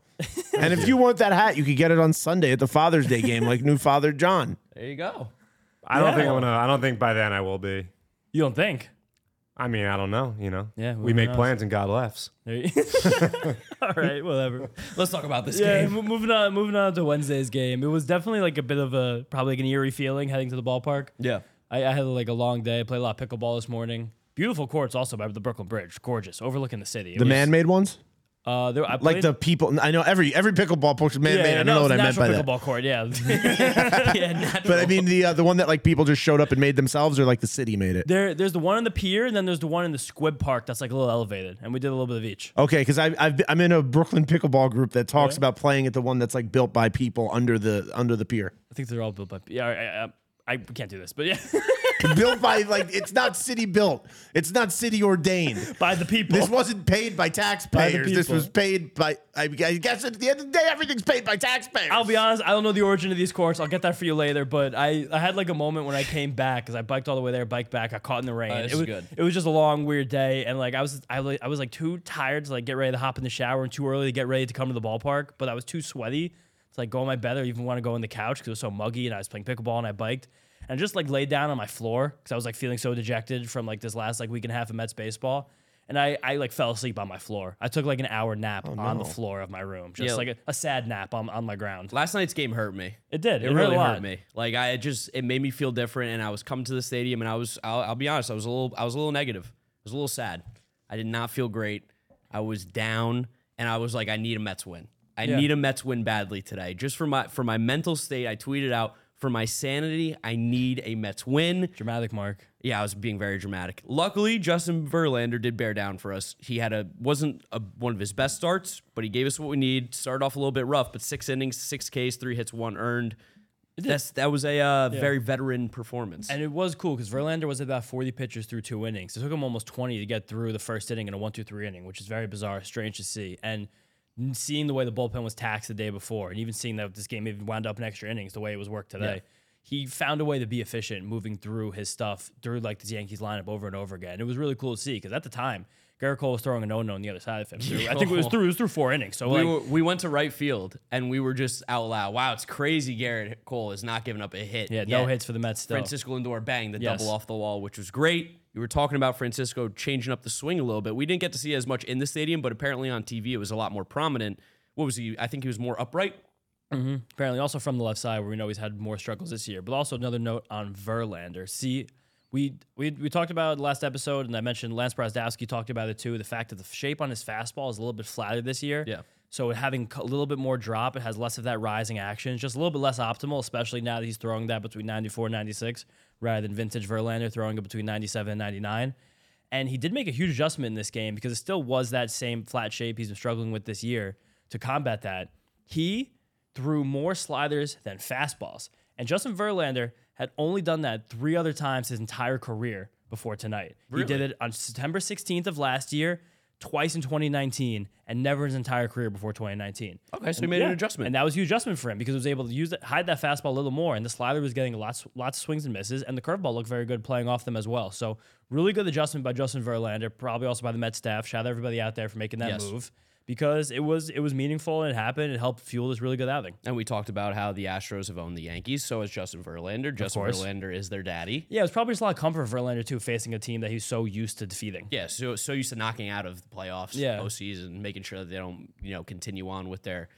Speaker 4: and if you want that hat, you could get it on Sunday at the Father's Day game, like new Father John.
Speaker 2: There you go.
Speaker 3: I don't think I'm gonna. I don't think by then I will be.
Speaker 1: You don't think?
Speaker 3: I mean, I don't know. You know.
Speaker 1: Yeah,
Speaker 3: We
Speaker 1: who
Speaker 3: make
Speaker 1: knows?
Speaker 3: plans and God laughs.
Speaker 1: There you- *laughs* all right. Whatever.
Speaker 2: Let's talk about this
Speaker 1: Yeah,
Speaker 2: game.
Speaker 1: mo- moving on. Moving on to Wednesday's game. It was definitely like a bit of a probably like an eerie feeling heading to the ballpark.
Speaker 2: Yeah.
Speaker 1: I, I had like a long day. I played a lot of pickleball this morning. Beautiful courts also by the Brooklyn Bridge. Gorgeous, overlooking the city. It
Speaker 4: The
Speaker 1: was-
Speaker 4: man-made ones?
Speaker 1: Uh, there, I
Speaker 4: Like
Speaker 1: played-
Speaker 4: the people, I know every every pickleball book's man
Speaker 1: yeah,
Speaker 4: made.
Speaker 1: yeah,
Speaker 4: I don't
Speaker 1: no,
Speaker 4: know
Speaker 1: it's
Speaker 4: what
Speaker 1: a
Speaker 4: I meant
Speaker 1: natural
Speaker 4: by that.
Speaker 1: Pickleball court, yeah,
Speaker 4: *laughs*
Speaker 1: yeah, *laughs* natural.
Speaker 4: But I mean the uh, the one that like people just showed up and made themselves, or like the city made it.
Speaker 1: There, there's the one on the pier, and then there's the one in the Squib Park that's like a little elevated, and we did a little bit of each.
Speaker 4: Okay, because I I've, I'm in a Brooklyn pickleball group that talks about playing at the one that's like built by people under the under the pier,
Speaker 1: I think they're all built by. Yeah, all right, I, I, I we can't do this, but yeah,
Speaker 4: built by like it's not city built, it's not city ordained.
Speaker 1: *laughs* by the people.
Speaker 4: This wasn't paid by taxpayers. this
Speaker 1: people.
Speaker 4: was paid by I, I guess at the end of the day, everything's paid by taxpayers.
Speaker 1: I'll be honest, I don't know the origin of these courts. I'll get that for you later. But I, I had like a moment when I came back because I biked all the way there, biked back, got caught in the rain.
Speaker 2: Oh, this
Speaker 1: it
Speaker 2: is
Speaker 1: was
Speaker 2: good.
Speaker 1: It was just a long, weird day, and like I was, I, li- I was like too tired to like get ready to hop in the shower and too early to get ready to come to the ballpark. But I was too sweaty to like go on my bed or even want to go on the couch because it was so muggy. And I was playing pickleball and I biked and I just like laid down on my floor because I was like feeling so dejected from like this last like week and a half of Mets baseball. And I, I like fell asleep on my floor. I took like an hour nap on the floor of my room, just
Speaker 2: Yeah.
Speaker 1: like a, a sad nap on, on my ground.
Speaker 2: Last night's game hurt me.
Speaker 1: It did. It,
Speaker 2: It really
Speaker 1: a lot.
Speaker 2: hurt me. Like I just, it made me feel different, and I was coming to the stadium, and I was, I'll, I'll be honest, I was a little, I was a little negative. I was a little sad. I did not feel great. I was down, and I was like, I need a Mets win. I need a Mets win badly today, just for my for my mental state. I tweeted out for my sanity. I need a Mets win.
Speaker 1: Dramatic mark.
Speaker 2: Yeah, I was being very dramatic. Luckily, Justin Verlander did bear down for us. He had a wasn't a, one of his best starts, but he gave us what we need. Started off a little bit rough, but six innings, six Ks, three hits, one earned. That's that was a uh, very veteran performance.
Speaker 1: And it was cool because Verlander was about 40 pitches through two innings. It took him almost 20 to get through the first inning in a one, two, three inning, which is very bizarre, strange to see. And seeing the way the bullpen was taxed the day before, and even seeing that this game even wound up in extra innings, the way it was worked today, he found a way to be efficient moving through his stuff through like this Yankees lineup over and over again. It was really cool to see because at the time, Garrett Cole was throwing a no no on the other side of him. Through, I think it
Speaker 2: *laughs*
Speaker 1: was through it was through four innings. So
Speaker 2: we,
Speaker 1: like,
Speaker 2: were, we went to right field, and we were just out loud. Wow, it's crazy. Garrett Cole is not giving up a hit.
Speaker 1: yeah, no
Speaker 2: yet.
Speaker 1: hits for the Mets still.
Speaker 2: Francisco Lindor bang the
Speaker 1: Yes.
Speaker 2: double off the wall, which was great. You were talking about Francisco changing up the swing a little bit. We didn't get to see as much in the stadium, but apparently on TV it was a lot more prominent. What was he? I think he was more upright.
Speaker 1: apparently also from the left side where we know he's had more struggles this year. But also another note on Verlander. See, we we we talked about it last episode, and I mentioned Lance Brozdowski talked about it too. The fact that the shape on his fastball is a little bit flatter this year.
Speaker 2: Yeah.
Speaker 1: So having c- a little bit more drop, it has less of that rising action. It's just a little bit less optimal, especially now that he's throwing that between 94 and 96 rather than vintage Verlander throwing it between 97 and 99. And he did make a huge adjustment in this game because it still was that same flat shape he's been struggling with this year to combat that. He threw more sliders than fastballs. And Justin Verlander had only done that three other times his entire career before tonight. He did it on September 16th of last year, twice in 2019, and never his entire career before 2019.
Speaker 2: Okay, so he made
Speaker 1: Yeah.
Speaker 2: an adjustment.
Speaker 1: And that was a huge adjustment for him because he was able to use that, hide that fastball a little more, and the slider was getting lots, lots of swings and misses, and the curveball looked very good playing off them as well. So really good adjustment by Justin Verlander, probably also by the Mets staff. Shout out everybody out there for making that
Speaker 2: Yes.
Speaker 1: move because it was it was meaningful and it happened. It helped fuel this really good outing.
Speaker 2: and we talked about how the Astros have owned the Yankees. So is Justin Verlander. Justin
Speaker 1: course.
Speaker 2: Verlander is their daddy.
Speaker 1: Yeah, it was probably just a lot of comfort for Verlander too, facing a team that he's so used to defeating.
Speaker 2: Yeah, so so used to knocking out of the playoffs,
Speaker 1: Yeah.
Speaker 2: postseason, making sure that they don't you know continue on with their.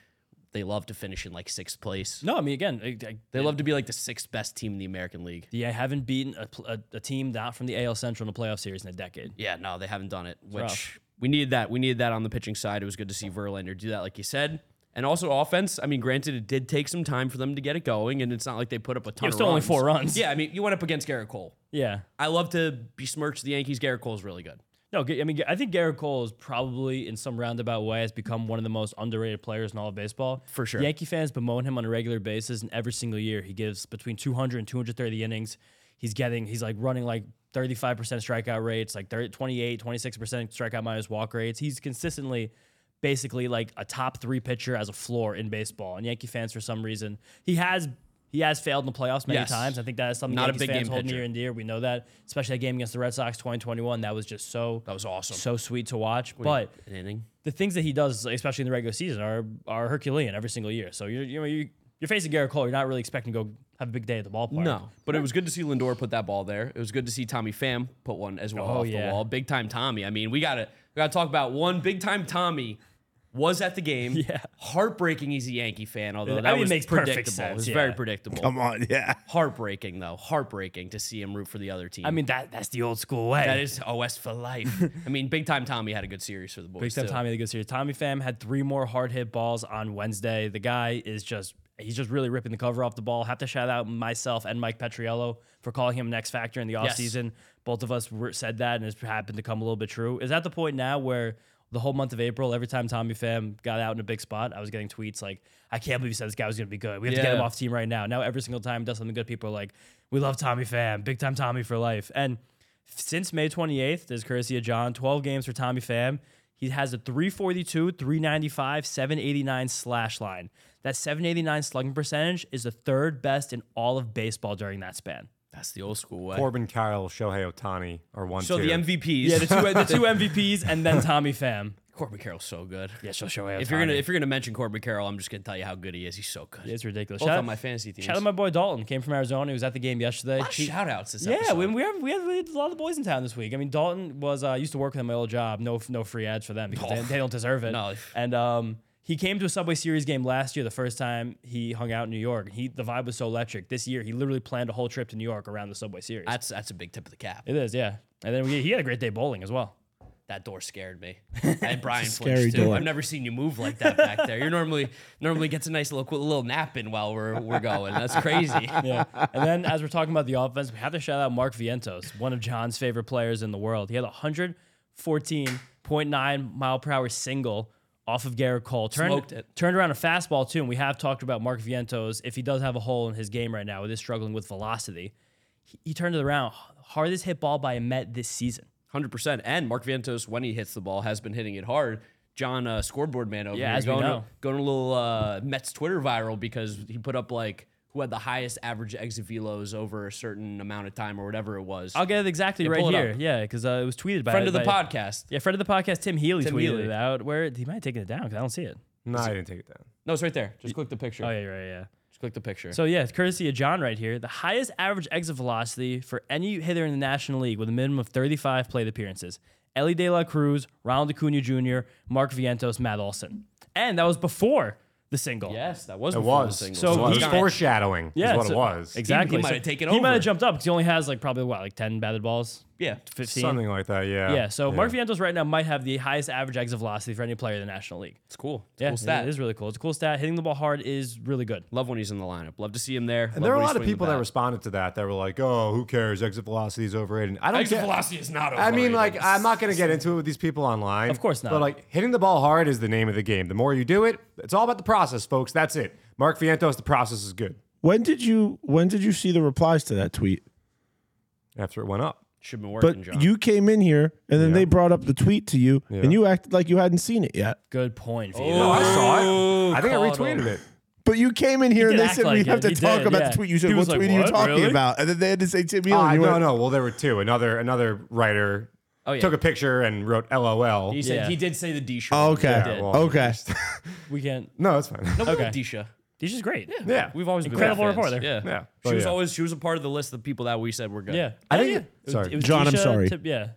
Speaker 2: They love to finish in like sixth place.
Speaker 1: No, I mean again, I, I,
Speaker 2: They love to be like the sixth best team in the American League.
Speaker 1: yeah, haven't beaten a, pl- a, a team not from the AL Central in a playoff series in a decade.
Speaker 2: Yeah, no, they haven't done it. Which
Speaker 1: rough.
Speaker 2: we needed that. We needed that on the pitching side. It was good to see Verlander do that, like you said. And also offense. I mean, granted, it did take some time for them to get it going, and it's not like they put up a ton.
Speaker 1: was
Speaker 2: of
Speaker 1: still only four runs.
Speaker 2: Yeah, I mean, you went up against Garrett Cole.
Speaker 1: Yeah.
Speaker 2: I love to besmirch the Yankees. Garrett Cole's really good.
Speaker 1: No, Ga- I mean, Ga- I think Garrett Cole is probably in some roundabout way has become one of the most underrated players in all of baseball.
Speaker 2: For sure.
Speaker 1: Yankee fans bemoan him on a regular basis, and every single year he gives between 200 and 230 innings. He's getting, he's like running like 35% strikeout rates, like 30, 28, 26% strikeout minus walk rates. He's consistently basically like a top three pitcher as a floor in baseball. And Yankee fans, for some reason, he has. He has failed in the playoffs many
Speaker 2: Yes.
Speaker 1: times. I think that is something
Speaker 2: Not a
Speaker 1: Yankees
Speaker 2: big
Speaker 1: fans
Speaker 2: game
Speaker 1: hold
Speaker 2: pitcher.
Speaker 1: near and dear. We know that, especially that game against the Red Sox, 2021. That was just so
Speaker 2: That was awesome.
Speaker 1: so sweet to watch. But
Speaker 2: An inning.
Speaker 1: the things that he does, especially in the regular season, are are Herculean every single year. So you're you know you you're facing Garrett Cole. You're not really expecting to go have a big day at the ballpark.
Speaker 2: No, but it was good to see Lindor put that ball there. It was good to see Tommy Pham put one as well
Speaker 1: Oh,
Speaker 2: off
Speaker 1: yeah.
Speaker 2: the wall. Big time Tommy. I mean, we gotta we gotta talk about one big time Tommy was at the game.
Speaker 1: *laughs* Yeah.
Speaker 2: Heartbreaking he's a Yankee fan, although
Speaker 1: I
Speaker 2: that
Speaker 1: mean, it
Speaker 2: was
Speaker 1: makes perfect
Speaker 2: predictable.
Speaker 1: sense,
Speaker 2: it was
Speaker 1: yeah.
Speaker 2: very predictable.
Speaker 6: Come on, yeah.
Speaker 2: Heartbreaking though. Heartbreaking to see him root for the other team.
Speaker 1: I mean, that that's the old school way.
Speaker 2: that is OS
Speaker 1: *laughs*
Speaker 2: for life. I mean, big time Tommy had a good series for the boys.
Speaker 1: Big step
Speaker 2: too.
Speaker 1: Tommy the good series. Tommy Pham had three more hard hit balls on Wednesday. The guy is just he's just really ripping the cover off the ball. Have to shout out myself and Mike Petriello for calling him next factor in the
Speaker 2: Yes.
Speaker 1: offseason. Both of us were, said that and it's happened to come a little bit true. Is at the point now where the whole month of April, every time Tommy Pham got out in a big spot, I was getting tweets like, I can't believe you said this guy was gonna be good. We have to get him
Speaker 2: Yeah.
Speaker 1: off team right now. Now every single time he does something good, people are like, We love Tommy Pham, big time Tommy for life. And since May 28th, there's courtesy of John, 12 games for Tommy Pham. He has a 342, 395, 789 slash line. That 789 slugging percentage is the third best in all of baseball during that span.
Speaker 2: That's the old school way.
Speaker 3: Corbin Kyle, Shohei Otani are one.
Speaker 2: so
Speaker 3: two.
Speaker 2: the MVPs.
Speaker 1: Yeah, the two, the
Speaker 2: *laughs*
Speaker 1: two MVPs and then Tommy Pham.
Speaker 2: Corbin Carroll's so good.
Speaker 1: Yeah, she'll show you.
Speaker 2: If you're gonna if you're gonna mention Corbin Carroll, I'm just gonna tell you how good he is. He's so good.
Speaker 1: it's ridiculous.
Speaker 2: Both
Speaker 1: Shout out-
Speaker 2: on my fantasy teams.
Speaker 1: Shout out my boy Dalton. Came from Arizona. He was at the game yesterday.
Speaker 2: Lot of
Speaker 1: He-
Speaker 2: shout outs this
Speaker 1: Yeah,
Speaker 2: episode.
Speaker 1: we, we, have, we, have, we had a lot of the boys in town this week. I mean, Dalton was uh, used to work with him at my old job. No, no free ads for them because they, they don't deserve it.
Speaker 2: No.
Speaker 1: And um, he came to a Subway Series game last year, the first time he hung out in New York. He the vibe was so electric. This year, he literally planned a whole trip to New York around the Subway Series.
Speaker 2: that's that's a big tip of the cap.
Speaker 1: it is, yeah. And then we, he had a great day bowling as well.
Speaker 2: That door
Speaker 1: *laughs*
Speaker 2: scared me. And Brian
Speaker 4: scary
Speaker 2: flinched too.
Speaker 4: door.
Speaker 2: I've never seen you move like that back there. You're normally normally gets a nice little quick little nap in while we're we're going. That's crazy.
Speaker 1: *laughs* Yeah. and then as we're talking about the offense, we have to shout out Mark Vientos, one of John's favorite players in the world. He had a 114.9 mile per hour single off of Garrett Cole. Turned,
Speaker 2: Smoked it.
Speaker 1: Turned around a fastball, too. And we have talked about Mark Vientos. If he does have a hole in his game right now, it is struggling with velocity. He, he turned it around. Hardest hit ball by a Met this season.
Speaker 2: Hundred percent. And Mark Vientos, when he hits the ball, has been hitting it hard. John, uh, scoreboard man over
Speaker 1: Yeah,
Speaker 2: here,
Speaker 1: as we
Speaker 2: going,
Speaker 1: know.
Speaker 2: going a little uh, Mets Twitter viral because he put up like who had the highest average exit velos over a certain amount of time or whatever it was.
Speaker 1: I'll get it exactly
Speaker 2: Yeah,
Speaker 1: right
Speaker 2: pull it
Speaker 1: here.
Speaker 2: up.
Speaker 1: Yeah, because uh, it was tweeted by
Speaker 2: Friend of the
Speaker 1: by-
Speaker 2: podcast.
Speaker 1: Yeah, friend of the podcast, Tim Healy
Speaker 2: Tim
Speaker 1: tweeted
Speaker 2: Healy.
Speaker 1: it out. Where he might have taken it down because I don't see it.
Speaker 3: No, I didn't take it down.
Speaker 2: No, it's right there. Just click the picture.
Speaker 1: Oh yeah, you're right, yeah.
Speaker 2: Just click the picture.
Speaker 1: So yeah, it's courtesy of John right here. The highest average exit velocity for any hitter in the National League with a minimum of 35 plate appearances. Ellie De La Cruz, Ronald Acuna Jr., Mark Vientos, Matt Olson. And that was before the single.
Speaker 2: yes, that was
Speaker 3: It
Speaker 2: before the
Speaker 3: was.
Speaker 2: single.
Speaker 1: So
Speaker 3: it was
Speaker 1: he-
Speaker 3: foreshadowing.
Speaker 1: Yeah,
Speaker 3: is what
Speaker 1: so-
Speaker 3: it was.
Speaker 1: Exactly.
Speaker 2: He- he might
Speaker 1: So
Speaker 2: have taken
Speaker 1: He might
Speaker 2: over.
Speaker 1: have jumped up because he only has like probably what, like 10 batted balls?
Speaker 2: yeah.
Speaker 1: 15?
Speaker 3: Something like that. Yeah.
Speaker 1: Yeah, so Mark Vientos right now might have the highest average exit velocity for any player in the National League.
Speaker 2: It's cool. It's a
Speaker 1: Yeah,
Speaker 2: cool stat.
Speaker 1: it is really cool. It's a cool stat. Hitting the ball hard is really good.
Speaker 2: Love when he's in the lineup. Love to see him there.
Speaker 3: And there are a lot of people that responded to that that were like, "Oh, who cares? Exit velocity is overrated." I don't
Speaker 2: Exit
Speaker 3: get-
Speaker 2: velocity is not
Speaker 3: I mean,
Speaker 2: overrated.
Speaker 3: like, I'm not going to get into it with these people online.
Speaker 1: Of course not.
Speaker 3: But like, hitting the ball hard is the name of the game. The more you do it, it's all about the process, folks. That's it. Mark Vientos, the process is good.
Speaker 4: When did you when did you see the replies to that tweet?
Speaker 3: After it went up,
Speaker 2: should be working,
Speaker 4: But
Speaker 2: John.
Speaker 4: you came in here and then they brought up the tweet to you and you acted like you hadn't seen it yet.
Speaker 1: Good point. Vito.
Speaker 3: no, I saw it. I think I retweeted it.
Speaker 4: But you came in here
Speaker 1: He did
Speaker 4: and they
Speaker 1: act
Speaker 4: said we
Speaker 1: like
Speaker 4: have
Speaker 1: it.
Speaker 4: to
Speaker 1: He
Speaker 4: talk
Speaker 1: did,
Speaker 4: about
Speaker 1: yeah.
Speaker 4: the tweet. You said,
Speaker 1: He was
Speaker 4: "What
Speaker 1: like,
Speaker 4: tweet are you
Speaker 1: "What?
Speaker 4: talking
Speaker 1: Really?"
Speaker 4: about?" And then they had to say Tim
Speaker 3: Oh,
Speaker 4: Healy. and you
Speaker 3: no,
Speaker 4: went,
Speaker 3: no. Well, there were two. Another another writer
Speaker 2: yeah.
Speaker 3: took a picture and wrote "LOL."
Speaker 2: he said
Speaker 1: Yeah.
Speaker 2: he did say the D shirt.
Speaker 4: Oh, okay,
Speaker 3: Yeah, well,
Speaker 4: okay.
Speaker 1: We can't.
Speaker 3: no, that's fine.
Speaker 2: No, okay. Disha.
Speaker 1: He's just great.
Speaker 3: yeah,
Speaker 2: We've always
Speaker 1: Incredible
Speaker 2: been fans.
Speaker 1: rapport there.
Speaker 2: Yeah.
Speaker 3: yeah.
Speaker 2: She
Speaker 3: But
Speaker 2: was
Speaker 3: yeah.
Speaker 2: always she was a part of the list of people that we said were good.
Speaker 1: Yeah.
Speaker 3: I
Speaker 1: Yeah,
Speaker 3: think.
Speaker 1: It was-
Speaker 3: sorry.
Speaker 1: it was
Speaker 4: John, I'm
Speaker 1: Keisha,
Speaker 4: sorry.
Speaker 1: Tip- yeah.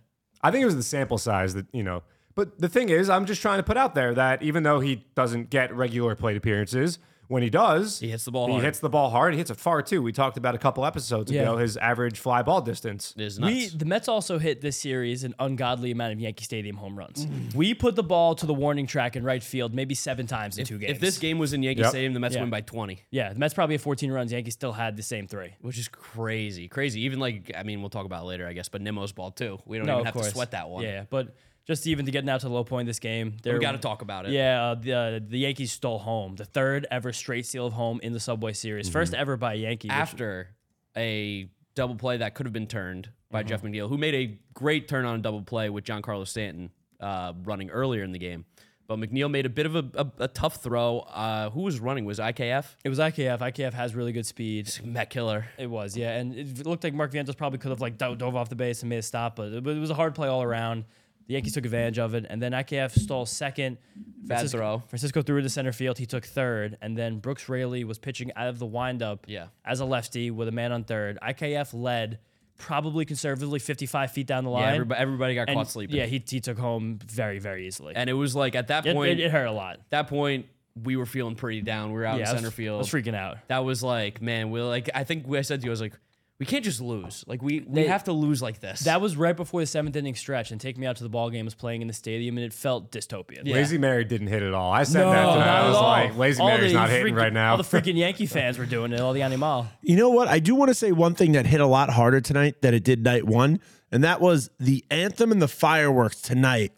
Speaker 3: I think it was the sample size that, you know. But the thing is, I'm just trying to put out there that even though he doesn't get regular plate appearances, when he does,
Speaker 2: He hits the ball
Speaker 3: He
Speaker 2: hard.
Speaker 3: hits the ball hard. He hits it far too. We talked about a couple episodes
Speaker 1: Yeah.
Speaker 3: ago his average fly ball distance.
Speaker 2: It is nuts.
Speaker 1: We the Mets also hit this series an ungodly amount of Yankee Stadium home runs. we put the ball to the warning track in right field maybe seven times in two games.
Speaker 2: if this game was in Yankee
Speaker 3: Yep.
Speaker 2: Stadium, the Mets
Speaker 1: Yeah.
Speaker 2: win by 20,
Speaker 1: yeah, the Mets probably had 14 runs. Yankees still had the same three.
Speaker 2: which is crazy. Crazy. Even like, I mean, we'll talk about it later, I guess, but Nemo's ball too. We don't
Speaker 1: No,
Speaker 2: even
Speaker 1: of
Speaker 2: have
Speaker 1: course.
Speaker 2: to sweat that one.
Speaker 1: Yeah, but just even to get now to the low point of this game, there
Speaker 2: We got to talk about it.
Speaker 1: Yeah, uh, the uh, the Yankees stole home, the third ever straight steal of home in the Subway Series, first
Speaker 2: Mm-hmm.
Speaker 1: ever by a Yankee. which-
Speaker 2: After a double play that could have been turned by
Speaker 1: Mm-hmm.
Speaker 2: Jeff McNeil, who made a great turn on a double play with John Carlos Stanton uh, running earlier in the game. But McNeil made a bit of a, a, a tough throw. Uh, who was running? Was IKF?
Speaker 1: it was IKF. IKF has really good speed.
Speaker 2: Matt Killer.
Speaker 1: It was, yeah, and it looked like Mark Vientos probably could have like do- dove off the base and made a stop, but it, but it was a hard play all around. The Yankees took advantage of it, and then IKF stole second.
Speaker 2: Bad
Speaker 1: Francisco,
Speaker 2: throw.
Speaker 1: Francisco threw it to center field. He took third, and then Brooks Raley was pitching out of the windup
Speaker 2: Yeah.
Speaker 1: as a lefty with a man on third. IKF led. probably conservatively 55 feet down the line.
Speaker 2: Yeah, everybody, everybody got
Speaker 1: and
Speaker 2: caught sleeping.
Speaker 1: Yeah, he, he took home very, very easily.
Speaker 2: and it was like at that
Speaker 1: it,
Speaker 2: point,
Speaker 1: it, it hurt a lot.
Speaker 2: that point, we were feeling pretty down. We were
Speaker 1: yeah, I
Speaker 2: out in
Speaker 1: was-
Speaker 2: center
Speaker 1: I
Speaker 2: field.
Speaker 1: was freaking out.
Speaker 2: that was like, man, we like. I think I said to you, I was like, we can't just lose. Like we we have to lose like this.
Speaker 1: That was right before the seventh inning stretch, and Take Me Out to the Ball Game was playing in the stadium, and it felt dystopian.
Speaker 2: Yeah. Oh,
Speaker 3: Lazy Mary didn't hit at all. I said that
Speaker 1: No,
Speaker 3: tonight.
Speaker 1: not
Speaker 3: I
Speaker 1: at
Speaker 3: was
Speaker 1: all.
Speaker 3: like, Lazy
Speaker 1: All
Speaker 3: Mary's
Speaker 1: the
Speaker 3: not hitting
Speaker 1: freaking-
Speaker 3: right now.
Speaker 1: All the freaking Yankee fans were doing it. All the animal.
Speaker 4: You know what? I do want to say one thing that hit a lot harder tonight than it did night one, and that was the anthem and the fireworks tonight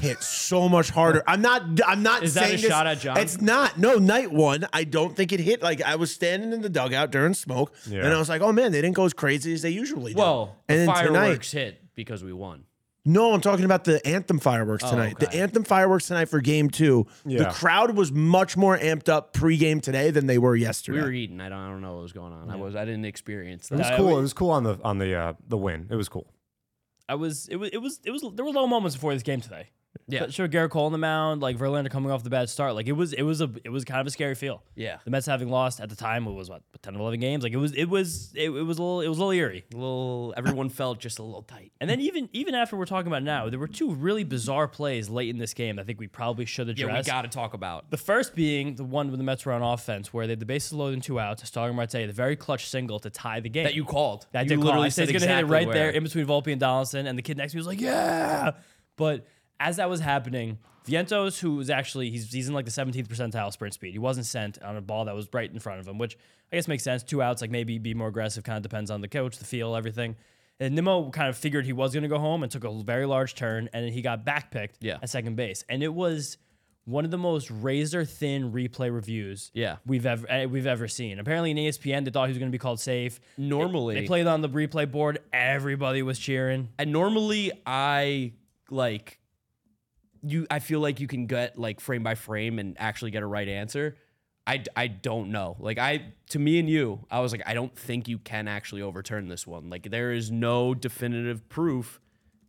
Speaker 4: hit so much harder. I'm not. I'm not.
Speaker 1: Is that
Speaker 4: saying
Speaker 1: a
Speaker 4: this-
Speaker 1: shot at John?
Speaker 4: It's not. No, night one. I don't think it hit. Like I was standing in the dugout during smoke,
Speaker 3: Yeah.
Speaker 4: and I was like, "Oh man, they didn't go as crazy as they usually do."
Speaker 2: well,
Speaker 4: and
Speaker 2: the
Speaker 4: then tonight,
Speaker 2: fireworks hit because we won.
Speaker 4: no, I'm talking about the anthem fireworks tonight. The
Speaker 2: okay.
Speaker 4: anthem fireworks tonight for game two. The
Speaker 3: Yeah.
Speaker 4: crowd was much more amped up pre-game today than they were yesterday.
Speaker 2: We were eating. I don't. I don't know what was going on. I was. I didn't experience
Speaker 3: *laughs* it was
Speaker 2: that.
Speaker 3: cool. It was cool on the on the uh, the win. It was cool.
Speaker 1: I was it was it was it was there were low moments before this game today.
Speaker 2: Yeah.
Speaker 1: Sure, Garrett Cole on the mound, like Verlander coming off the bad start. Like it was it was a it was kind of a scary feel.
Speaker 2: Yeah.
Speaker 1: The Mets having lost at the time it was what 10 or 11 games. Like it was it was it, it was a little it was a little eerie.
Speaker 2: A little. Everyone felt just a little tight.
Speaker 1: And then even even after we're talking about now, there were two really bizarre plays late in this game. that I think we probably should address.
Speaker 2: Yeah, we got to talk about.
Speaker 1: The first being the one with the Mets were on offense, where they had the bases loaded and two outs, starting Marte, the very clutch single to tie the game.
Speaker 2: That you called.
Speaker 1: That I
Speaker 2: You
Speaker 1: did call.
Speaker 2: literally
Speaker 1: I said
Speaker 2: said
Speaker 1: he's gonna hit it
Speaker 2: exactly
Speaker 1: right there
Speaker 2: where.
Speaker 1: in between Volpe and Donaldson, and the kid next to me was like, "Yeah!" But as that was happening, Vientos, who was actually he's he's in like the 17th percentile sprint speed, he wasn't sent on a ball that was right in front of him, which I guess makes sense. Two outs, like maybe be more aggressive. Kind of depends on the coach, the feel, everything. And Nimmo kind of figured he was gonna go home and took a very large turn, and then he got backpicked
Speaker 2: Yeah.
Speaker 1: at second base, and it was. One of the most razor thin replay reviews
Speaker 2: Yeah.
Speaker 1: we've ever eh, we've ever seen. Apparently, in E ESPN, they thought he was going to be called safe.
Speaker 2: Mm. Normally,
Speaker 1: They played on the replay board. Everybody was cheering.
Speaker 2: and normally I like you. I feel like you can get like frame by frame and actually get a right answer. I, d- I don't know. Like I to me and you, I was like I don't think you can actually overturn this one. Like there is no definitive proof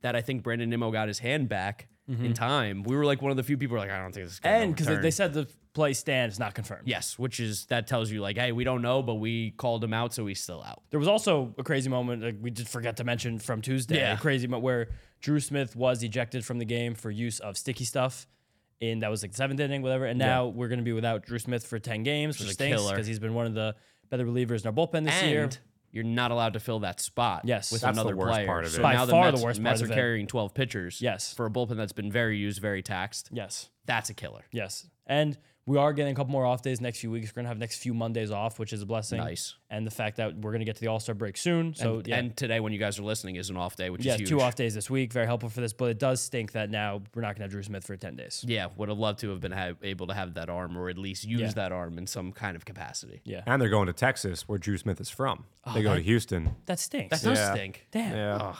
Speaker 2: that I think Brandon Nimmo got his hand back in time. We were like one of the few people like I don't think this is gonna
Speaker 1: And because they,
Speaker 2: overturn."
Speaker 1: they said the play stand is not confirmed.
Speaker 2: yes, which is that tells you like hey we don't know but we called him out so he's still out.
Speaker 1: There was also a crazy moment like we just forgot to mention from Tuesday.
Speaker 2: Yeah.
Speaker 1: A crazy moment where Drew Smith was ejected from the game for use of sticky stuff. And that was like the seventh inning, whatever. And now we're going to be without Drew Smith for 10 games, which
Speaker 2: is a
Speaker 1: stinks
Speaker 2: killer.
Speaker 1: because he's been one of the better relievers in our bullpen this
Speaker 2: and
Speaker 1: year.
Speaker 2: you're not allowed to fill that spot.
Speaker 1: Yes.
Speaker 2: with
Speaker 1: That's
Speaker 2: another
Speaker 3: the worst
Speaker 2: player.
Speaker 3: part of
Speaker 2: So
Speaker 3: it.
Speaker 1: By
Speaker 2: now
Speaker 1: far the
Speaker 2: the Mets,
Speaker 1: worst part
Speaker 2: Mets are
Speaker 1: of it.
Speaker 2: carrying 12 pitchers.
Speaker 1: Yes.
Speaker 2: for a bullpen that's been very used, very taxed.
Speaker 1: Yes.
Speaker 2: That's a killer.
Speaker 1: Yes. And we are getting a couple more off days next few weeks. We're going to have next few Mondays off, which is a blessing.
Speaker 2: Nice.
Speaker 1: And the fact that we're going to get to the All Star break soon. So, yeah.
Speaker 2: And today, when you guys are listening, is an off day, which
Speaker 1: Yeah,
Speaker 2: is huge.
Speaker 1: two off days this week. Very helpful for this, but it does stink that now we're not going to have Drew Smith for 10 days.
Speaker 2: Yeah, would have loved to have been ha- able to have that arm, or at least use
Speaker 1: Yeah.
Speaker 2: that arm in some kind of capacity.
Speaker 1: Yeah.
Speaker 3: And they're going to Texas, where Drew Smith is from. they go to Houston.
Speaker 1: Oh, That stinks.
Speaker 2: That does
Speaker 3: Yeah.
Speaker 2: stink.
Speaker 1: Damn.
Speaker 3: Yeah.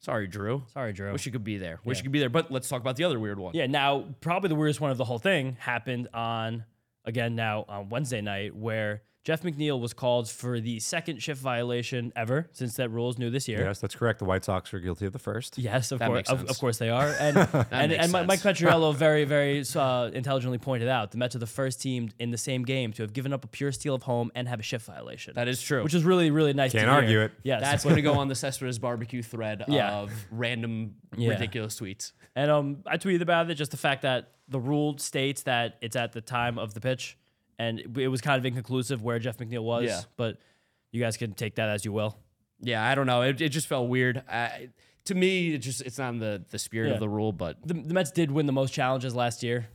Speaker 2: Sorry, Drew.
Speaker 1: Sorry, Drew.
Speaker 2: Wish you could be there. Wish you could be there. But let's talk about the other weird one.
Speaker 1: Yeah, now probably the weirdest one of the whole thing happened on again now on Wednesday night where Jeff McNeil was called for the second shift violation ever since that rule is new this year.
Speaker 3: Yes, that's correct. The White Sox are guilty of the first.
Speaker 1: Yes, of
Speaker 2: That
Speaker 1: course,
Speaker 2: makes
Speaker 1: of,
Speaker 2: sense.
Speaker 1: of course they
Speaker 3: *laughs*
Speaker 1: are, and and,
Speaker 2: makes
Speaker 1: and Mi-
Speaker 2: sense.
Speaker 1: Mike Petriello very, very uh, intelligently pointed out the Mets are the first team in the same game to have given up a pure steal of home and have a shift violation.
Speaker 2: That is true.
Speaker 1: which is really, really nice.
Speaker 3: Can't
Speaker 1: to hear.
Speaker 3: argue it.
Speaker 1: Yes,
Speaker 2: that's going to go on the Cespedes barbecue thread
Speaker 1: *laughs* Yeah.
Speaker 2: of random
Speaker 1: Yeah.
Speaker 2: ridiculous tweets.
Speaker 1: And um, I tweeted about it, just the fact that the rule states that it's at the time of the pitch, and it, it was kind of inconclusive where Jeff McNeil was.
Speaker 2: Yeah.
Speaker 1: But you guys can take that as you will.
Speaker 2: Yeah, I don't know. It, it just felt weird. I, to me, it just it's not in the the spirit
Speaker 1: Yeah.
Speaker 2: of the rule, but
Speaker 1: The, the Mets did win the most challenges last year.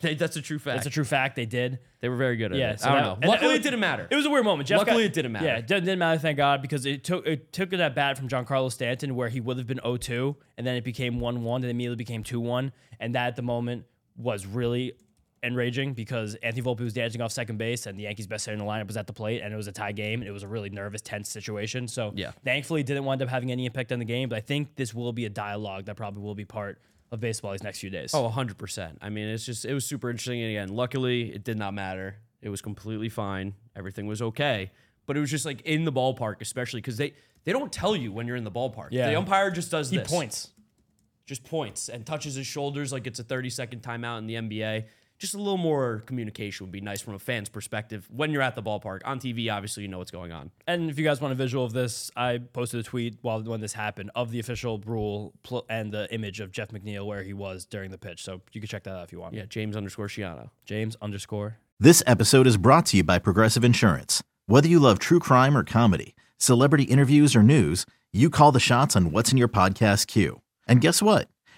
Speaker 2: they, that's a true fact.
Speaker 1: That's a true fact. They did.
Speaker 2: they were very good at
Speaker 1: Yeah,
Speaker 2: it.
Speaker 1: so
Speaker 2: I don't
Speaker 1: that- and
Speaker 2: know. Luckily,
Speaker 1: that-
Speaker 2: it didn't matter.
Speaker 1: It was a weird moment. Jeff
Speaker 2: Luckily,
Speaker 1: got-
Speaker 2: it didn't matter.
Speaker 1: Yeah, it didn't didn't matter. Thank God, because it took it took that bat from Giancarlo Stanton where he would have been 0-2, and then it became 1-1, then immediately became 2-1, and that at the moment was really enraging because Anthony Volpe was dancing off second base, and the Yankees' best hitter in the lineup was at the plate, and it was a tie game. and It was a really nervous, tense situation. So,
Speaker 2: Yeah.
Speaker 1: thankfully, it didn't wind up having any impact on the game. But I think this will be a dialogue that probably will be part of baseball these next few days.
Speaker 2: oh, 100 percent. I mean, it's just it was super interesting. And again, luckily, it did not matter. It was completely fine. Everything was okay. But it was just like in the ballpark, especially because they they don't tell you when you're in the ballpark.
Speaker 1: Yeah.
Speaker 2: The umpire just does
Speaker 1: he
Speaker 2: this.
Speaker 1: points.
Speaker 2: just points and touches his shoulders like it's a 30 second timeout in the NBA. just a little more communication would be nice from a fan's perspective when you're at the ballpark. On TV, obviously, you know what's going on.
Speaker 1: And if you guys want a visual of this, I posted a tweet while when this happened of the official rule pl- and the image of Jeff McNeil where he was during the pitch. So you can check that out if you want.
Speaker 2: Yeah, James underscore Shiano.
Speaker 1: James underscore.
Speaker 6: This episode is brought to you by Progressive Insurance. Whether you love true crime or comedy, celebrity interviews or news, you call the shots on what's in your podcast queue. And guess what?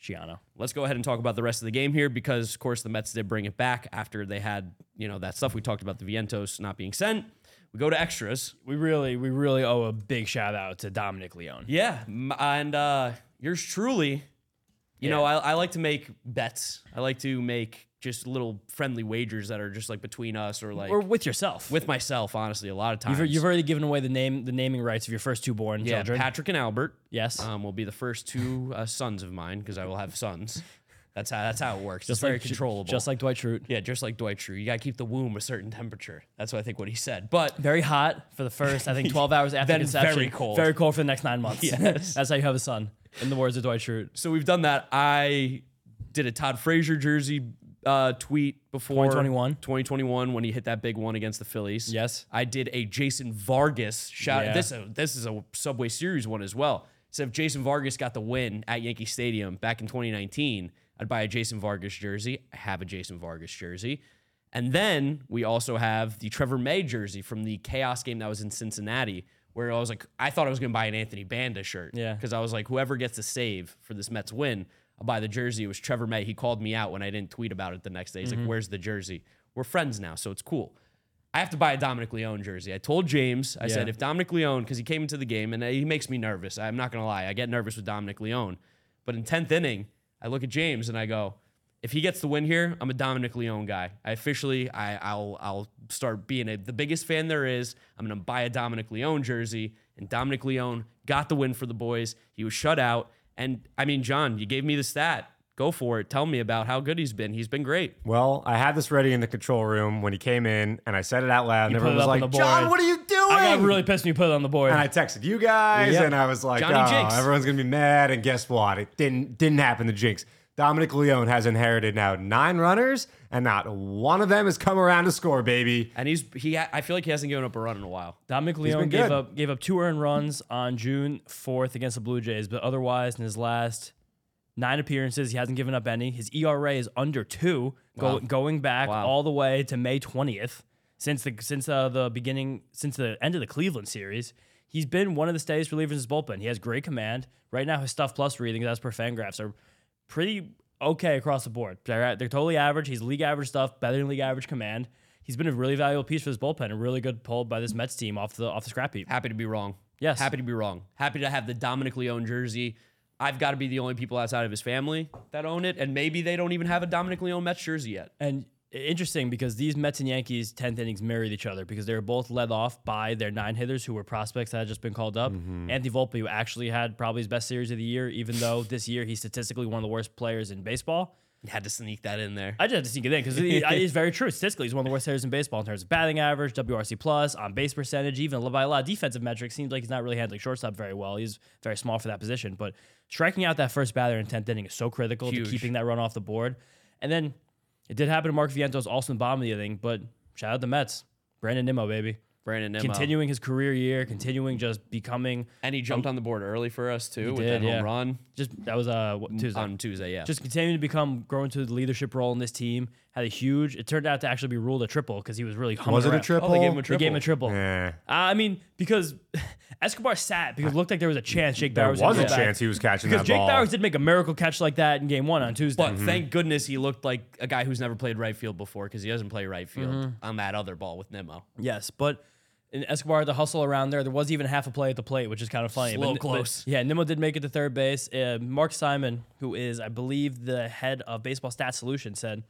Speaker 1: Shiano.
Speaker 2: Let's go ahead and talk about the rest of the game here because, of course, the Mets did bring it back after they had, you know, that stuff we talked about, the Vientos not being sent. We go to extras.
Speaker 1: We really, we really owe a big shout out to Dominic Leone.
Speaker 2: Yeah, m- and uh, yours truly. You know, I, I like to make bets. I like to make just little friendly wagers that are just like between us or like
Speaker 1: or with yourself.
Speaker 2: with myself. Honestly, a lot of times
Speaker 1: you've, you've already given away the name, the naming rights of your first two born
Speaker 2: yeah,
Speaker 1: children.
Speaker 2: Patrick and Albert.
Speaker 1: yes.
Speaker 2: um, will be the first two uh, sons of mine because I will have sons. That's how that's how it works. it's
Speaker 1: like
Speaker 2: very
Speaker 1: Ju-
Speaker 2: controllable.
Speaker 1: Just like Dwight Schrute.
Speaker 2: yeah, just like Dwight Schrute, you gotta keep the womb a certain temperature. That's what I think what he said. But
Speaker 1: Very hot for the first,
Speaker 2: *laughs*
Speaker 1: I think, 12 hours after
Speaker 2: Then
Speaker 1: conception.
Speaker 2: very cold.
Speaker 1: Very cold for the next nine months.
Speaker 2: *laughs*
Speaker 1: *laughs*
Speaker 2: Yes.
Speaker 1: That's how you have a son, in the words of Dwight Schrute.
Speaker 2: so we've done that. I did a Todd Frazier jersey uh, tweet before
Speaker 1: 2021?
Speaker 2: 2021 when he hit that big one against the Phillies.
Speaker 1: Yes.
Speaker 2: I did a Jason Vargas shout.
Speaker 1: Yeah.
Speaker 2: This uh, this is a Subway Series one as well. So if Jason Vargas got the win at Yankee Stadium back in 2019, I'd buy a Jason Vargas jersey. I have a Jason Vargas jersey. And then we also have the Trevor May jersey from the chaos game that was in Cincinnati, where I was like, I thought I was going to buy an Anthony Banda shirt.
Speaker 1: Yeah.
Speaker 2: Because I was like, whoever gets a save for this Mets win, I'll buy the jersey. It was Trevor May. He called me out when I didn't tweet about it the next day. He's like, where's the jersey? We're friends now, so it's cool. I have to buy a Dominic Leone jersey. I told James, I said, if Dominic Leone, because he came into the game and he makes me nervous. I'm not going to lie. I get nervous with Dominic Leone. But in 10th inning, I look at James and I go, if he gets the win here, I'm a Dominic Leone guy. I officially, I, I'll, I'll start being a, the biggest fan there is. I'm going to buy a Dominic Leone jersey. And Dominic Leone got the win for the boys. He was shut out. And I mean, John, you gave me the stat. Go for it. Tell me about how good he's been. He's been great.
Speaker 3: Well, I had this ready in the control room when he came in, and I said it out loud, and
Speaker 1: put it
Speaker 3: everyone was
Speaker 1: up on the
Speaker 3: like,
Speaker 1: board.
Speaker 3: "John, what are you doing?"
Speaker 1: I got really pissed when you put it on the board.
Speaker 3: and I texted you guys,
Speaker 1: Yep.
Speaker 3: and I was like,
Speaker 2: Johnny
Speaker 3: "Oh,
Speaker 2: Jinx."
Speaker 3: everyone's gonna be mad." And guess what? It didn't didn't happen. The jinx. Dominic Leone has inherited now nine runners, and not one of them has come around to score, baby.
Speaker 2: And he's, he, I feel like he hasn't given up a run in a while.
Speaker 1: Dominic Leone
Speaker 3: been
Speaker 1: gave
Speaker 3: good.
Speaker 1: up gave up two earned runs on June 4th against the Blue Jays, but otherwise in his last nine appearances, he hasn't given up any. His ERA is under two, go, going back all the way to May 20th. Since the since uh, the beginning, since the end of the Cleveland series, he's been one of the steadiest relievers in his bullpen. He has great command. Right now, his stuff plus readings as per Fangraphs are pretty okay across the board. They're, at- they're totally average. He's league average stuff, better than league average command. He's been a really valuable piece for this bullpen, a really good pull by this Mets team off the off the scrap heap.
Speaker 2: Happy to be wrong.
Speaker 1: Yes.
Speaker 2: Happy to be wrong. Happy to have the Dominic Leone jersey. I've got to be the only people outside of his family that own it, and maybe they don't even have a Dominic Leone Mets jersey yet.
Speaker 1: And interesting because these Mets and Yankees 10th innings mirrored each other because they were both led off by their nine hitters who were prospects that had just been called up. Anthony Volpe who actually had probably his best series of the year, even though this year he's statistically one of the worst players in baseball.
Speaker 2: You had to sneak that in there.
Speaker 1: I just had to sneak it in because it it is very true. Statistically, he's one of the worst hitters in baseball in terms of batting average, WRC plus, on base percentage, even by a lot of defensive metrics. Seems like he's not really handling shortstop very well. He's very small for that position, but striking out that first batter in tenth inning is so critical
Speaker 2: Huge.
Speaker 1: to keeping that run off the board. And then it did happen to Mark Vientos also in the bottom of the inning, but shout out the Mets, Brandon Nimmo, baby,
Speaker 2: Brandon Nimmo.
Speaker 1: continuing his career year, continuing just becoming
Speaker 2: And he jumped on the board early for us too with
Speaker 1: Oh. did,
Speaker 2: that home
Speaker 1: yeah.
Speaker 2: run
Speaker 1: just that was uh what, Tuesday
Speaker 2: on Tuesday. Yeah,
Speaker 1: just continuing to become grow into the leadership role in this team. Had a huge. It turned out to actually be ruled a triple because he was really humming.
Speaker 3: Was it a
Speaker 1: around.
Speaker 3: triple?
Speaker 2: oh, they gave him a
Speaker 1: They
Speaker 2: triple.
Speaker 1: gave him a triple.
Speaker 3: Eh,
Speaker 1: I mean, because *laughs* Escobar sat because it looked like there was a chance Jake
Speaker 3: there
Speaker 1: Bowers
Speaker 3: was
Speaker 1: gonna
Speaker 3: a
Speaker 1: get back.
Speaker 3: chance he was catching
Speaker 1: because
Speaker 3: that
Speaker 1: Jake
Speaker 3: ball.
Speaker 1: Bowers did make a miracle catch like that in Game One on Tuesday.
Speaker 2: But thank goodness he looked like a guy who's never played right field before because he doesn't play right field
Speaker 1: Mm-hmm.
Speaker 2: on that other ball with Nimmo.
Speaker 1: Yes, but in Escobar had to hustle around there. There was even half a play at the plate, which is kind of funny.
Speaker 2: Slow,
Speaker 1: but,
Speaker 2: close.
Speaker 1: but- yeah, Nimmo did make it to third base. Uh, Mark Simon, who is, I believe, the head of Baseball Stat Solution, said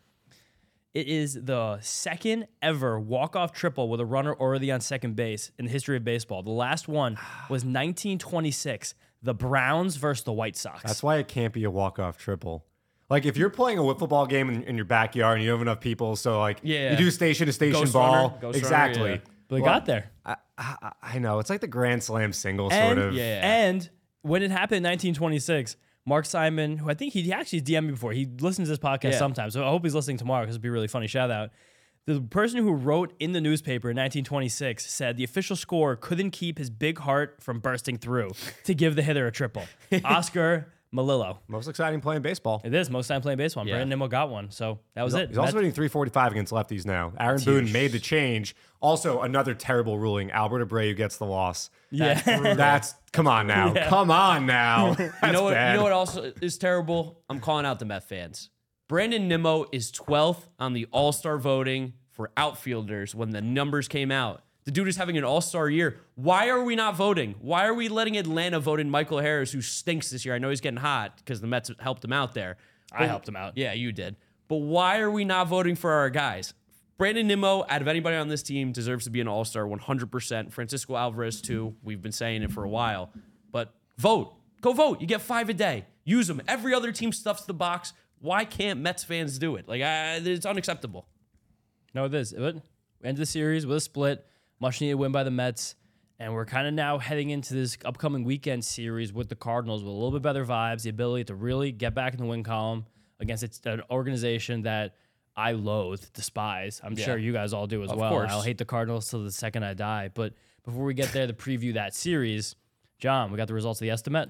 Speaker 1: It is the second ever walk-off triple with a runner already on second base in the history of baseball. The last one was 1926, the Browns versus the White Sox.
Speaker 3: That's why it can't be a walk off triple. Like if you're playing a wiffle ball game in, in your backyard and you don't have enough people, so like
Speaker 2: Yeah.
Speaker 3: you do station to station
Speaker 2: Ghost
Speaker 3: ball.
Speaker 2: runner, ghost
Speaker 3: exactly.
Speaker 2: runner, yeah.
Speaker 1: but it
Speaker 3: Well,
Speaker 1: got there.
Speaker 3: I, I, I know it's like the grand slam single
Speaker 1: and,
Speaker 3: sort of.
Speaker 2: yeah.
Speaker 1: And when it happened in 1926, Mark Simon, who I think he actually DM'd me before, he listens to this podcast
Speaker 2: Yeah.
Speaker 1: sometimes. So I hope he's listening tomorrow because it'd be a really funny shout out. The person who wrote in the newspaper in 1926 said the official scorer couldn't keep his big heart from bursting through to give the hitter a
Speaker 2: *laughs*
Speaker 1: triple. Oscar Melillo.
Speaker 3: Most exciting play in baseball.
Speaker 1: It is most time playing baseball.
Speaker 2: Yeah.
Speaker 1: Brandon Nimmo got one, so that was it.
Speaker 3: He's also
Speaker 1: That's-
Speaker 3: hitting 345 against lefties now. Aaron Boone made the change. Also, another terrible ruling. Albert Abreu gets the loss.
Speaker 1: yeah.
Speaker 2: *laughs*
Speaker 3: That's come on now. Come on now.
Speaker 2: You
Speaker 3: That's
Speaker 2: know what?
Speaker 3: bad.
Speaker 2: You know what also is terrible? I'm calling out the Met fans. Brandon Nimmo is 12th on the All Star voting for outfielders when the numbers came out. The dude is having an All Star year. Why are we not voting? Why are we letting Atlanta vote in Michael Harris, who stinks this year? I know he's getting hot because the Mets helped him out there.
Speaker 1: I helped him out.
Speaker 2: Yeah, you did. But why are we not voting for our guys? Brandon Nimmo, out of anybody on this team, deserves to be an All Star 100%. Francisco Alvarez, too. We've been saying it for a while. But vote. Go vote. You get five a day. Use them. Every other team stuffs the box. Why can't Mets fans do it? Like, I it's unacceptable.
Speaker 1: No, it is. But end of the series with a split, much needed win by the Mets, and we're kind of now heading into this upcoming weekend series with the Cardinals with a little bit better vibes, the ability to really get back in the win column against it's- an organization that I loathe, despise. I'm sure you guys all do as well.
Speaker 2: course.
Speaker 1: I'll hate the Cardinals till the second I die. But before we get there to preview that series, John, we got the results of the estimate.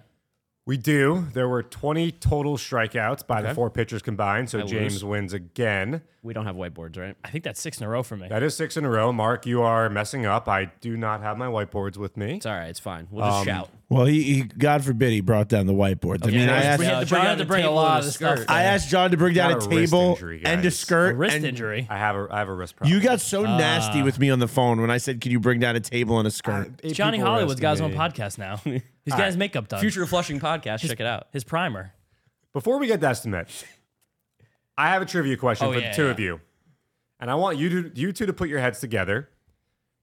Speaker 3: We do. There were 20 total strikeouts by the four pitchers combined. So James
Speaker 2: lose.
Speaker 3: wins again.
Speaker 2: We don't have whiteboards, right?
Speaker 1: I think that's six in a row for me.
Speaker 3: That is six in a row. Mark, you are messing up. I do not have my whiteboards with me.
Speaker 2: It's all right. It's fine. We'll just shout.
Speaker 4: Um, Well, he, he God forbid he brought down the whiteboard. I mean, I
Speaker 1: we
Speaker 4: asked,
Speaker 1: had
Speaker 2: Yeah,
Speaker 1: to bring,
Speaker 2: John
Speaker 1: I
Speaker 2: had
Speaker 1: uh, had to
Speaker 2: a
Speaker 1: bring a
Speaker 2: table
Speaker 1: lot
Speaker 2: and
Speaker 1: of
Speaker 2: a
Speaker 1: the stuff.
Speaker 2: skirt.
Speaker 1: down.
Speaker 4: I asked John to bring
Speaker 3: Got
Speaker 4: down a
Speaker 3: a wrist
Speaker 4: table
Speaker 3: injury,
Speaker 4: and a
Speaker 3: guys.
Speaker 4: skirt.
Speaker 1: wrist
Speaker 4: and
Speaker 1: injury.
Speaker 3: I have a, I have a wrist problem.
Speaker 4: You got so nasty with me on the phone when I said, "Can you bring down a table and a skirt?"
Speaker 3: Eight
Speaker 1: Johnny
Speaker 3: people
Speaker 1: Hollywood's got his own
Speaker 3: arrested me.
Speaker 1: podcast
Speaker 4: *laughs*
Speaker 1: now. He's got his makeup done.
Speaker 2: Future of Flushing podcast. Check it out.
Speaker 1: His primer.
Speaker 3: Before we get to estimate, I have a trivia question
Speaker 2: Oh,
Speaker 3: for
Speaker 2: yeah,
Speaker 3: the two
Speaker 2: yeah.
Speaker 3: of you, and I want you to, you two to put your heads together.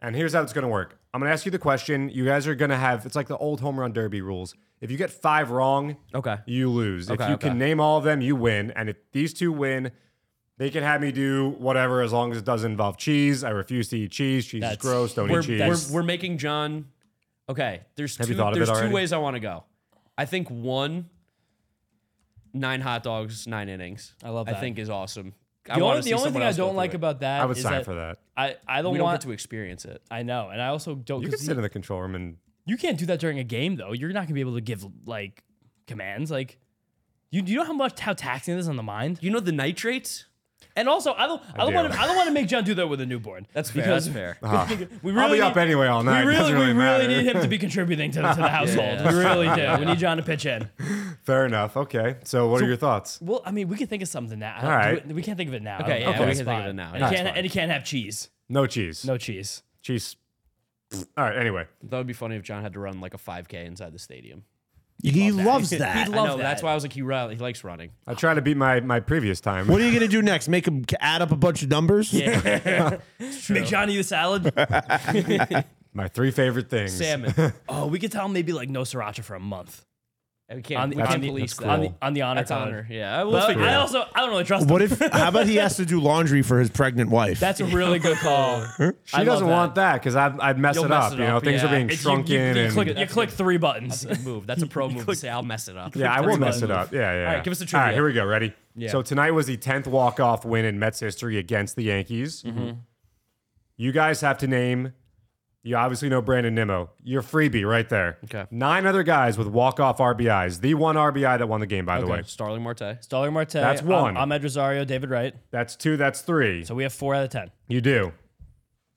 Speaker 3: And here's how it's going to work. I'm going to ask you the question. You guys are going to have it's like the old home run derby rules. If you get five wrong,
Speaker 2: Okay.
Speaker 3: you lose.
Speaker 2: Okay,
Speaker 3: if you
Speaker 2: okay.
Speaker 3: can name all of them, you win. And if these two win, they can have me do whatever as long as it doesn't involve cheese. I refuse to eat cheese. Cheese
Speaker 1: That's-
Speaker 3: is gross. Don't
Speaker 2: we're,
Speaker 3: eat cheese.
Speaker 2: we're, we're making John. Okay, there's
Speaker 3: Have
Speaker 2: two.
Speaker 3: you thought of it
Speaker 2: There's two
Speaker 3: already?
Speaker 2: ways I want to go. I think one, nine hot dogs, nine innings. I
Speaker 1: love
Speaker 2: I
Speaker 1: that.
Speaker 2: think is awesome.
Speaker 1: The only, the only thing I don't like about that
Speaker 3: I would
Speaker 1: is
Speaker 3: sign
Speaker 1: that
Speaker 3: for that.
Speaker 1: I, I
Speaker 2: we
Speaker 1: don't
Speaker 2: don't
Speaker 1: want
Speaker 2: get to experience it.
Speaker 1: I know, and I also don't.
Speaker 3: You can
Speaker 1: 'cause
Speaker 3: sit in the control room and
Speaker 1: you can't do that during a game though. You're not gonna be able to give like commands. Like you, you know how much how taxing this is on the mind.
Speaker 2: You know the nitrates.
Speaker 1: And also, I don't I, don't
Speaker 3: do.
Speaker 1: want to I don't want to make John do that with a newborn.
Speaker 2: That's fair. that's fair.
Speaker 1: We
Speaker 3: I'll be
Speaker 1: really
Speaker 3: up
Speaker 1: need-
Speaker 3: anyway all night.
Speaker 1: We really,
Speaker 3: Doesn't really
Speaker 1: we really
Speaker 3: matter.
Speaker 1: need him to be contributing to, to
Speaker 3: *laughs*
Speaker 1: the household. We really do. We need John to pitch in.
Speaker 3: Fair enough. Okay. So what are your thoughts?
Speaker 1: Well, I mean, we can think of something now. I don't-
Speaker 3: All right.
Speaker 1: we, we can't think of it now.
Speaker 2: Okay,
Speaker 1: I don't-
Speaker 2: yeah,
Speaker 1: I don't
Speaker 2: we
Speaker 1: it's
Speaker 2: can think of
Speaker 1: fine.
Speaker 2: it now.
Speaker 1: And,
Speaker 2: No,
Speaker 1: you
Speaker 2: it's
Speaker 1: can't,
Speaker 2: fine.
Speaker 1: and you can't have cheese.
Speaker 3: No cheese.
Speaker 1: No cheese.
Speaker 3: cheese. All right. Anyway,
Speaker 2: *laughs* That would be funny if John had to run like a 5K inside the stadium.
Speaker 4: he loves that.
Speaker 2: I
Speaker 1: Love
Speaker 2: know,
Speaker 1: that.
Speaker 2: That's why I was like, he, run, he likes running.
Speaker 3: I tried to beat my my previous time.
Speaker 4: What are you gonna do next? Make him c- add up a bunch of numbers? Yeah.
Speaker 1: Make John eat a
Speaker 2: *laughs*
Speaker 1: salad.
Speaker 3: my three favorite things.
Speaker 2: Salmon.
Speaker 1: Oh, we could tell him maybe like no sriracha for a month
Speaker 2: we can't,
Speaker 1: On the-
Speaker 2: we
Speaker 1: on
Speaker 2: can't
Speaker 1: the-
Speaker 2: police
Speaker 3: that's
Speaker 2: that.
Speaker 3: cool.
Speaker 1: on the on the honor
Speaker 2: That's
Speaker 1: code.
Speaker 2: honor. Yeah, we'll
Speaker 1: But
Speaker 2: figure it
Speaker 1: I
Speaker 2: out.
Speaker 1: also I don't really trust.
Speaker 4: What
Speaker 1: him.
Speaker 4: if? How about he has to do laundry for his pregnant
Speaker 1: *laughs*
Speaker 4: wife?
Speaker 1: That's a really
Speaker 3: *laughs*
Speaker 1: good call.
Speaker 3: She doesn't want that because I'd, I'd mess
Speaker 2: You'll
Speaker 3: it
Speaker 2: mess
Speaker 3: up.
Speaker 2: it
Speaker 3: you know,
Speaker 2: up,
Speaker 3: things
Speaker 2: yeah.
Speaker 3: are being
Speaker 2: It's-
Speaker 1: You,
Speaker 3: shrunken.
Speaker 1: you- you
Speaker 3: and,
Speaker 1: click, you click three buttons.
Speaker 2: Good *laughs* move. That's a pro move. to Say I'll mess it up.
Speaker 3: yeah, I
Speaker 2: That's
Speaker 3: will
Speaker 2: a
Speaker 3: mess it
Speaker 2: move.
Speaker 3: up. Yeah, yeah.
Speaker 2: right,
Speaker 3: yeah.
Speaker 2: give us the
Speaker 3: All right,
Speaker 2: trivia.
Speaker 3: here we go. Ready? So tonight was the tenth walk off win in Mets history against the Yankees.
Speaker 2: Mm-hmm.
Speaker 3: You guys have to name. You obviously know Brandon Nimmo. You're freebie right there.
Speaker 2: Okay.
Speaker 3: Nine other guys with walk off RBIs. The one RBI that won the game, by the way.
Speaker 2: Okay, Starling Marte.
Speaker 1: Stoller Marte.
Speaker 3: That's one.
Speaker 1: I'm Ahmed Rosario, David Wright.
Speaker 3: That's two. That's three.
Speaker 1: So we have four out of ten.
Speaker 3: you do.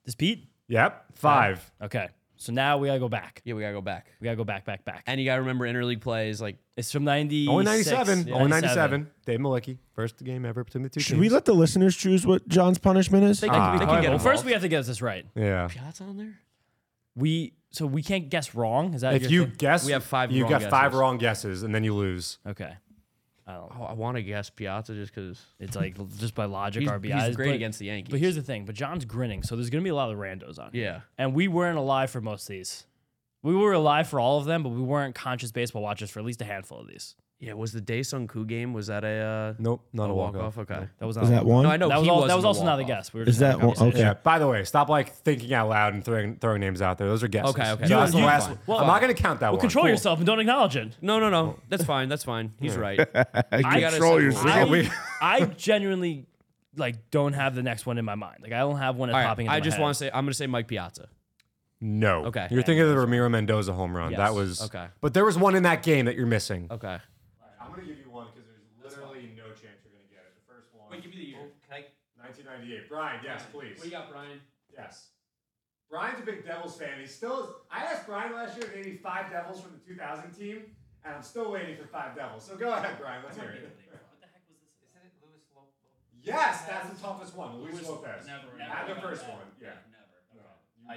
Speaker 1: Is Pete?
Speaker 3: Yep. Five.
Speaker 1: Okay. So now we gotta go back.
Speaker 2: Yeah, we gotta go back.
Speaker 1: We gotta go back, back, back.
Speaker 2: And you gotta remember interleague plays. Like
Speaker 1: It's from ninety.
Speaker 3: Only 97. Only
Speaker 1: 97.
Speaker 3: 97. Dave Malecki. First game ever between the two
Speaker 4: Should
Speaker 3: teams.
Speaker 4: we let the listeners choose what John's punishment is?
Speaker 2: can-
Speaker 3: Ah.
Speaker 2: they
Speaker 1: All
Speaker 2: can
Speaker 1: right,
Speaker 2: get
Speaker 1: well, first
Speaker 2: involved.
Speaker 1: we have to get this right.
Speaker 3: yeah.
Speaker 2: shots on there.
Speaker 1: We so we can't guess wrong. Is that
Speaker 3: If
Speaker 1: your
Speaker 3: you
Speaker 1: thing?
Speaker 3: guess,
Speaker 2: We have five
Speaker 3: You
Speaker 2: wrong
Speaker 3: got five
Speaker 2: guesses.
Speaker 3: wrong guesses, and then you lose.
Speaker 1: okay? I don't.
Speaker 2: Oh, I want to guess Piazza just because
Speaker 1: It's like l- just by logic
Speaker 2: he's,
Speaker 1: RBIs.
Speaker 2: he's great
Speaker 1: but-
Speaker 2: against the Yankees.
Speaker 1: But here's the thing. But John's grinning, so there's gonna be a lot of randos on. here.
Speaker 2: yeah,
Speaker 1: And we weren't alive for most of these. We were alive for all of them, but we weren't conscious baseball watchers for at least a handful of these.
Speaker 2: yeah. Was the Day Sun Ku game? Was that a uh,
Speaker 3: Nope, not
Speaker 2: a
Speaker 3: a
Speaker 2: walk
Speaker 3: walk
Speaker 2: off? Okay.
Speaker 1: That was
Speaker 4: Is
Speaker 1: not-
Speaker 4: that one?
Speaker 2: No, I know
Speaker 1: that was,
Speaker 2: Oh, he
Speaker 1: all,
Speaker 2: wasn't
Speaker 1: that was
Speaker 2: a
Speaker 1: also not a
Speaker 2: walk-off.
Speaker 1: guess. We were
Speaker 4: Is
Speaker 1: just having
Speaker 4: that
Speaker 1: a
Speaker 4: one-
Speaker 1: conversation.
Speaker 4: okay.
Speaker 3: Yeah. By the way, stop like thinking out loud and throwing throwing names out there. Those are guesses.
Speaker 2: Okay, okay.
Speaker 3: So
Speaker 2: You-
Speaker 3: that's the
Speaker 2: you-
Speaker 3: last
Speaker 2: fine.
Speaker 3: one.
Speaker 2: Well,
Speaker 3: I'm not gonna count that
Speaker 1: Well,
Speaker 3: one.
Speaker 1: control yourself and don't acknowledge it.
Speaker 2: No, no, no. That's fine. That's fine. He's Oh. right.
Speaker 4: *laughs*
Speaker 2: I gotta
Speaker 7: Control
Speaker 2: say-
Speaker 7: yourself.
Speaker 1: I, *laughs*
Speaker 3: we-
Speaker 1: I genuinely like don't have the next one in my mind. Like I don't have one that's
Speaker 2: All right,
Speaker 1: popping. Into
Speaker 2: I
Speaker 1: my
Speaker 2: just
Speaker 1: head.
Speaker 2: want to say I'm gonna say Mike Piazza.
Speaker 3: No.
Speaker 2: Okay.
Speaker 3: You're thinking of the Ramiro Mendoza home run.
Speaker 1: Yes.
Speaker 3: That was
Speaker 2: Okay.
Speaker 3: But there was one in that game that you're missing.
Speaker 2: Okay.
Speaker 3: I'm gonna give you one because there's literally no chance you're gonna get it. The first one.
Speaker 2: me the year. Can I?
Speaker 3: 1998. Brian, yes, please.
Speaker 2: got, Brian?
Speaker 3: Yes. Brian's a big Devils fan. He still is. I asked Brian last year to name me five Devils from the 2000 team, and I'm still waiting for five Devils. So go ahead, Brian. Let's hear it. Yes, that's the toughest one. Luis, Lopez. Never, the first one. Yeah.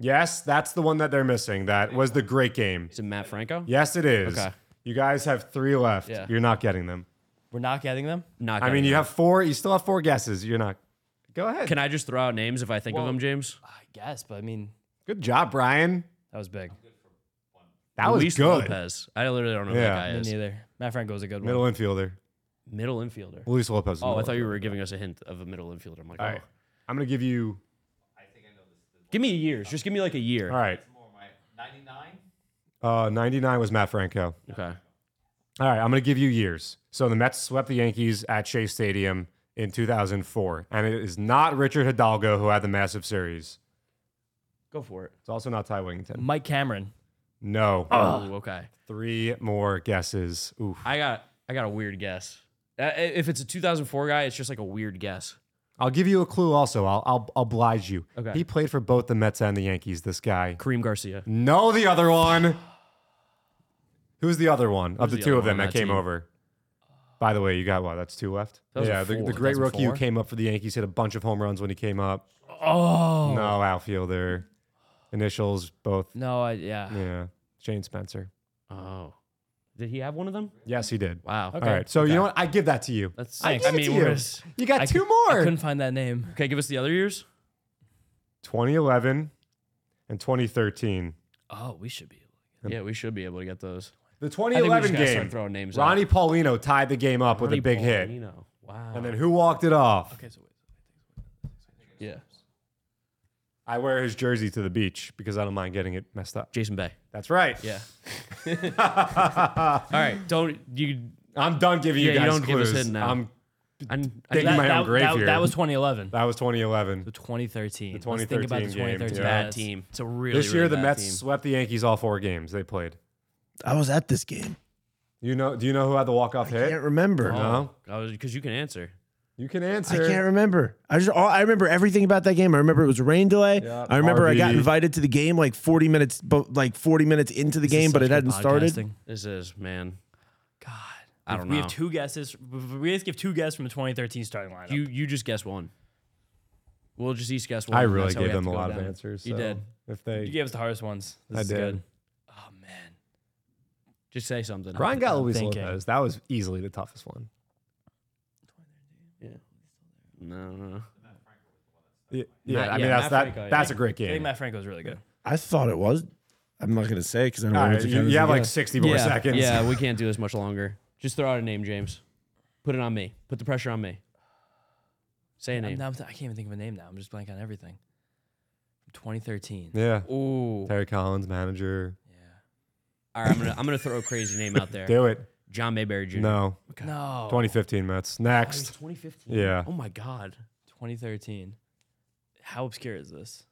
Speaker 3: Yes, that's the one that they're missing. That was the great game.
Speaker 2: Is it Matt Franco?
Speaker 3: Yes, it is.
Speaker 2: Okay.
Speaker 3: You guys have three left.
Speaker 2: Yeah.
Speaker 3: You're not getting them.
Speaker 1: we're not getting them.
Speaker 2: Not.
Speaker 3: I mean,
Speaker 2: getting
Speaker 3: you
Speaker 2: it.
Speaker 3: have four. You still have four guesses. You're not. Go ahead.
Speaker 2: Can I just throw out names if I think of them, James?
Speaker 1: I guess, but I mean
Speaker 3: Good job, Brian.
Speaker 1: that was big.
Speaker 3: That was
Speaker 2: Luis
Speaker 3: good.
Speaker 2: Lopez. I literally don't know
Speaker 3: Yeah.
Speaker 2: who
Speaker 1: Me
Speaker 2: that guy is.
Speaker 1: neither. Matt Franco's a good
Speaker 3: Middle
Speaker 1: one.
Speaker 3: infielder.
Speaker 2: Middle infielder.
Speaker 3: Luis Lopez.
Speaker 2: Oh, I thought you were giving us a hint of a middle infielder. I'm like,
Speaker 3: All
Speaker 2: oh.
Speaker 3: right. I'm gonna give you.
Speaker 2: Give me years. Just give me like a year.
Speaker 3: All right. Uh, 99 was Matt Franco.
Speaker 2: Okay.
Speaker 3: All right, I'm going to give you years. So the Mets swept the Yankees at Shea Stadium in 2004, and it is not Richard Hidalgo who had the massive series.
Speaker 2: Go for it.
Speaker 3: It's also not Ty Wingington.
Speaker 1: Mike Cameron.
Speaker 3: No.
Speaker 2: Ooh, okay.
Speaker 3: Three more guesses. Oof.
Speaker 2: I got I got a weird guess. Uh, i- If it's a 2004 guy, it's just like a weird guess.
Speaker 3: I'll give you a clue also. I'll, I'll oblige you.
Speaker 2: Okay.
Speaker 3: He played for both the Mets and the Yankees, this guy.
Speaker 2: Kareem Garcia.
Speaker 3: No, the other one. Who's the other one of the,
Speaker 2: the
Speaker 3: two
Speaker 2: other
Speaker 3: of them
Speaker 2: one on
Speaker 3: that
Speaker 2: that
Speaker 3: came
Speaker 2: team?
Speaker 3: over? By the way, you got what? That's two left.
Speaker 2: That was
Speaker 3: yeah, the,
Speaker 2: four.
Speaker 3: the great
Speaker 2: That's a
Speaker 3: rookie who
Speaker 2: four.
Speaker 3: came up for the Yankees hit a bunch of home runs when he came up.
Speaker 1: Oh
Speaker 3: No outfielder, initials both.
Speaker 1: no, I, yeah.
Speaker 3: Yeah, Shane Spencer.
Speaker 2: Oh. Did he have one of them?
Speaker 3: Yes, he did.
Speaker 2: Wow.
Speaker 3: All right, so you know what? I give that to you.
Speaker 2: That's
Speaker 1: I
Speaker 2: sick.
Speaker 1: give
Speaker 2: I
Speaker 1: it
Speaker 2: mean,
Speaker 3: you.
Speaker 2: we're just-
Speaker 3: You got
Speaker 1: I
Speaker 3: two
Speaker 1: cou- I
Speaker 3: more.
Speaker 1: couldn't find that name.
Speaker 2: okay. Give us the other years.
Speaker 3: 2011 and 2013.
Speaker 1: Oh, we should be.
Speaker 2: Yeah, we should be able to get those.
Speaker 3: The
Speaker 2: I think we
Speaker 3: 2011
Speaker 2: just gotta
Speaker 3: game.
Speaker 2: start throwing names.
Speaker 3: Ronnie Paulino tied the game up with a big hit.
Speaker 2: Wow.
Speaker 3: And then who walked it off?
Speaker 2: yeah.
Speaker 3: I wear his jersey to the beach because I don't mind getting it messed up.
Speaker 2: Jason Bay.
Speaker 3: That's right.
Speaker 2: Yeah. All
Speaker 3: *gasps*
Speaker 2: right. Don't you?
Speaker 3: I'm done giving
Speaker 2: Yeah,
Speaker 3: you
Speaker 2: you
Speaker 3: guys
Speaker 2: don't give us
Speaker 3: clues.
Speaker 2: hint now.
Speaker 3: I'm
Speaker 2: I, I,
Speaker 3: Dig
Speaker 2: that,
Speaker 3: my own
Speaker 1: that,
Speaker 3: grave
Speaker 1: that-
Speaker 3: here.
Speaker 1: that was 2011.
Speaker 3: that was 2011.
Speaker 1: The 2013.
Speaker 3: The
Speaker 1: Let's think about the
Speaker 3: 2013 game,
Speaker 1: 2013
Speaker 3: yeah.
Speaker 2: bad
Speaker 1: Mets.
Speaker 2: team. It's a really
Speaker 3: this year
Speaker 2: really
Speaker 3: the
Speaker 2: bad
Speaker 3: Mets
Speaker 2: team.
Speaker 3: swept the Yankees all four games they played.
Speaker 4: I was at this game.
Speaker 3: You know? Do you know who had the walk off
Speaker 4: I
Speaker 3: hit?
Speaker 4: can't remember.
Speaker 2: Oh.
Speaker 3: No,
Speaker 2: because you can answer.
Speaker 3: you can
Speaker 4: I
Speaker 3: answer.
Speaker 4: can't remember. I just all, I remember everything about that game. I remember it was a rain delay.
Speaker 3: Yeah,
Speaker 4: I remember I got
Speaker 3: RVD.
Speaker 4: invited to the game like 40 minutes bo- like 40 minutes into the game, but it hadn't started.
Speaker 2: This is man.
Speaker 1: God,
Speaker 2: I
Speaker 1: If
Speaker 2: don't
Speaker 1: we
Speaker 2: know.
Speaker 1: have two guesses. We just give two guesses from the 2013 starting lineup.
Speaker 2: You you just guess one. We'll just each guess one.
Speaker 3: I
Speaker 2: and
Speaker 3: really
Speaker 2: that's how we
Speaker 3: gave
Speaker 2: have
Speaker 3: them a
Speaker 2: to go
Speaker 3: lot of
Speaker 2: down.
Speaker 3: answers.
Speaker 2: You
Speaker 3: so
Speaker 2: did.
Speaker 3: If they,
Speaker 1: You gave us the hardest ones. This
Speaker 3: I
Speaker 1: is
Speaker 3: did.
Speaker 1: good. Oh man,
Speaker 2: Just say something.
Speaker 3: Brian got Luis
Speaker 1: thinking.
Speaker 3: Lopez. That was easily the toughest one.
Speaker 2: No, no.
Speaker 3: Yeah, yeah,
Speaker 2: Matt-
Speaker 3: I
Speaker 2: yeah,
Speaker 3: mean that's
Speaker 2: Matt
Speaker 3: that.
Speaker 2: Franco, yeah.
Speaker 3: That's a great
Speaker 1: I think
Speaker 3: game.
Speaker 1: Matt Franco's really good.
Speaker 4: I thought it was. I'm not gonna say because I don't
Speaker 3: All
Speaker 4: know.
Speaker 3: right, you, you have like 60 more
Speaker 2: yeah,
Speaker 3: seconds.
Speaker 2: Yeah,
Speaker 3: *laughs*
Speaker 2: we can't do this much longer. Just throw out a name, James. Put it on me. Put the pressure on me. Say a
Speaker 1: I'm,
Speaker 2: name.
Speaker 1: now- I can't even think of a name now. I'm just blank on everything. 2013.
Speaker 3: yeah.
Speaker 2: Ooh.
Speaker 3: Terry Collins, manager.
Speaker 2: All right, I'm gonna I'm gonna throw a crazy name out there.
Speaker 3: *laughs* Do it.
Speaker 2: John Mayberry Jr.
Speaker 3: No.
Speaker 1: No.
Speaker 3: 2015 Mets.
Speaker 2: Oh, he's
Speaker 3: Next.
Speaker 2: 2015.
Speaker 3: Yeah.
Speaker 2: Oh my God.
Speaker 1: 2013. How obscure is this?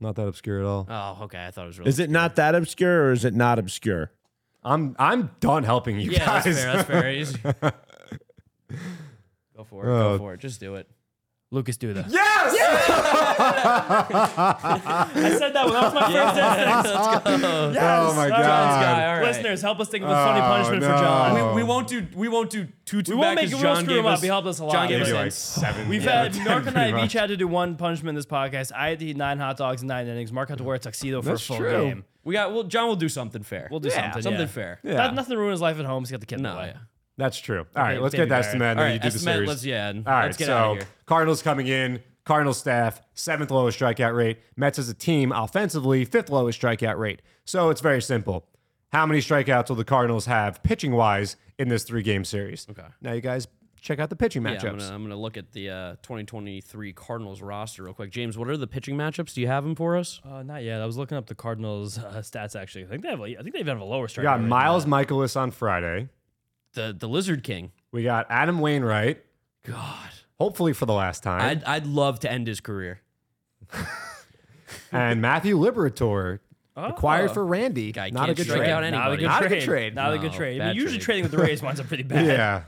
Speaker 3: Not that obscure at all.
Speaker 2: Oh, okay. I thought it was really.
Speaker 4: Is it not that obscure or is it not obscure?
Speaker 3: I'm I'm done helping you
Speaker 2: Yeah,
Speaker 3: guys.
Speaker 2: that's fair. That's
Speaker 3: *laughs*
Speaker 2: fair. He's- go for it. go
Speaker 3: Oh.
Speaker 2: for it. Just do it.
Speaker 1: Lucas Duda.
Speaker 3: Yes!
Speaker 1: I said that one. That was my first instinct.
Speaker 3: Oh my
Speaker 1: All right.
Speaker 3: god.
Speaker 2: All right.
Speaker 1: Listeners, help us think of a funny
Speaker 3: Oh,
Speaker 1: punishment for
Speaker 3: no.
Speaker 1: John.
Speaker 3: Oh.
Speaker 2: we won't do we won't do two two
Speaker 1: We won't make
Speaker 2: back as
Speaker 1: him
Speaker 2: John
Speaker 1: screw
Speaker 2: gave
Speaker 1: him up.
Speaker 2: us-
Speaker 1: He helped us a lot.
Speaker 2: John gave
Speaker 1: Maybe
Speaker 2: us
Speaker 1: like
Speaker 2: hints.
Speaker 3: seven.
Speaker 1: We've
Speaker 3: out of
Speaker 1: had
Speaker 3: 10
Speaker 1: Mark and I
Speaker 3: pretty
Speaker 1: have each
Speaker 3: much.
Speaker 1: had to do one punishment in this podcast. I had to eat nine hot dogs in nine innings. Mark had to wear a tuxedo for
Speaker 3: That's
Speaker 1: a full
Speaker 3: true.
Speaker 1: game.
Speaker 2: We got well. John will do something fair.
Speaker 1: We'll do
Speaker 2: Yeah,
Speaker 1: something.
Speaker 2: Something
Speaker 1: yeah.
Speaker 2: fair.
Speaker 3: Yeah.
Speaker 1: Not- nothing to ruin his life at home. He's got the kid in
Speaker 2: No.
Speaker 1: the way.
Speaker 2: yeah.
Speaker 3: That's true. All right,
Speaker 1: Okay,
Speaker 3: let's
Speaker 1: David
Speaker 3: get that
Speaker 1: Barrett.
Speaker 3: cement.
Speaker 2: All
Speaker 3: Then you
Speaker 2: right,
Speaker 3: do the
Speaker 2: estimate,
Speaker 3: series.
Speaker 2: let's yeah.
Speaker 3: All right,
Speaker 2: let's get
Speaker 3: so
Speaker 2: out of here.
Speaker 3: Cardinals coming in. Cardinals staff seventh lowest strikeout rate. Mets as a team offensively fifth lowest strikeout rate. So it's very simple. How many strikeouts will the Cardinals have pitching wise in this three game series? Okay. Now you guys check out the pitching
Speaker 2: Yeah, I'm
Speaker 3: matchups.
Speaker 2: gonna, I'm gonna look at the uh, 2023 Cardinals roster real quick. James, what are the pitching matchups? Do you have them for us?
Speaker 1: Uh, not yet. I was looking up the Cardinals uh, stats actually. I think they have. A, I think they even have a lower
Speaker 3: we
Speaker 1: strikeout.
Speaker 3: got
Speaker 1: rate.
Speaker 3: Miles Michaelis on Friday.
Speaker 2: The the Lizard King.
Speaker 3: We got Adam Wainwright.
Speaker 2: God,
Speaker 3: Hopefully for the last time,
Speaker 2: I'd I'd love to end his career.
Speaker 3: *laughs* and Matthew Liberator acquired for Randy.
Speaker 2: Oh. Guy
Speaker 3: Not a
Speaker 2: can't
Speaker 3: good
Speaker 2: strike
Speaker 3: trade.
Speaker 2: out
Speaker 1: Not a
Speaker 2: anybody.
Speaker 1: good
Speaker 3: Not a
Speaker 1: trade.
Speaker 3: good trade.
Speaker 1: Not a good
Speaker 2: No,
Speaker 1: trade. I
Speaker 2: bad
Speaker 1: mean, usually
Speaker 2: trade.
Speaker 1: trading with the Rays ones are pretty
Speaker 2: *laughs*
Speaker 1: bad.
Speaker 3: yeah,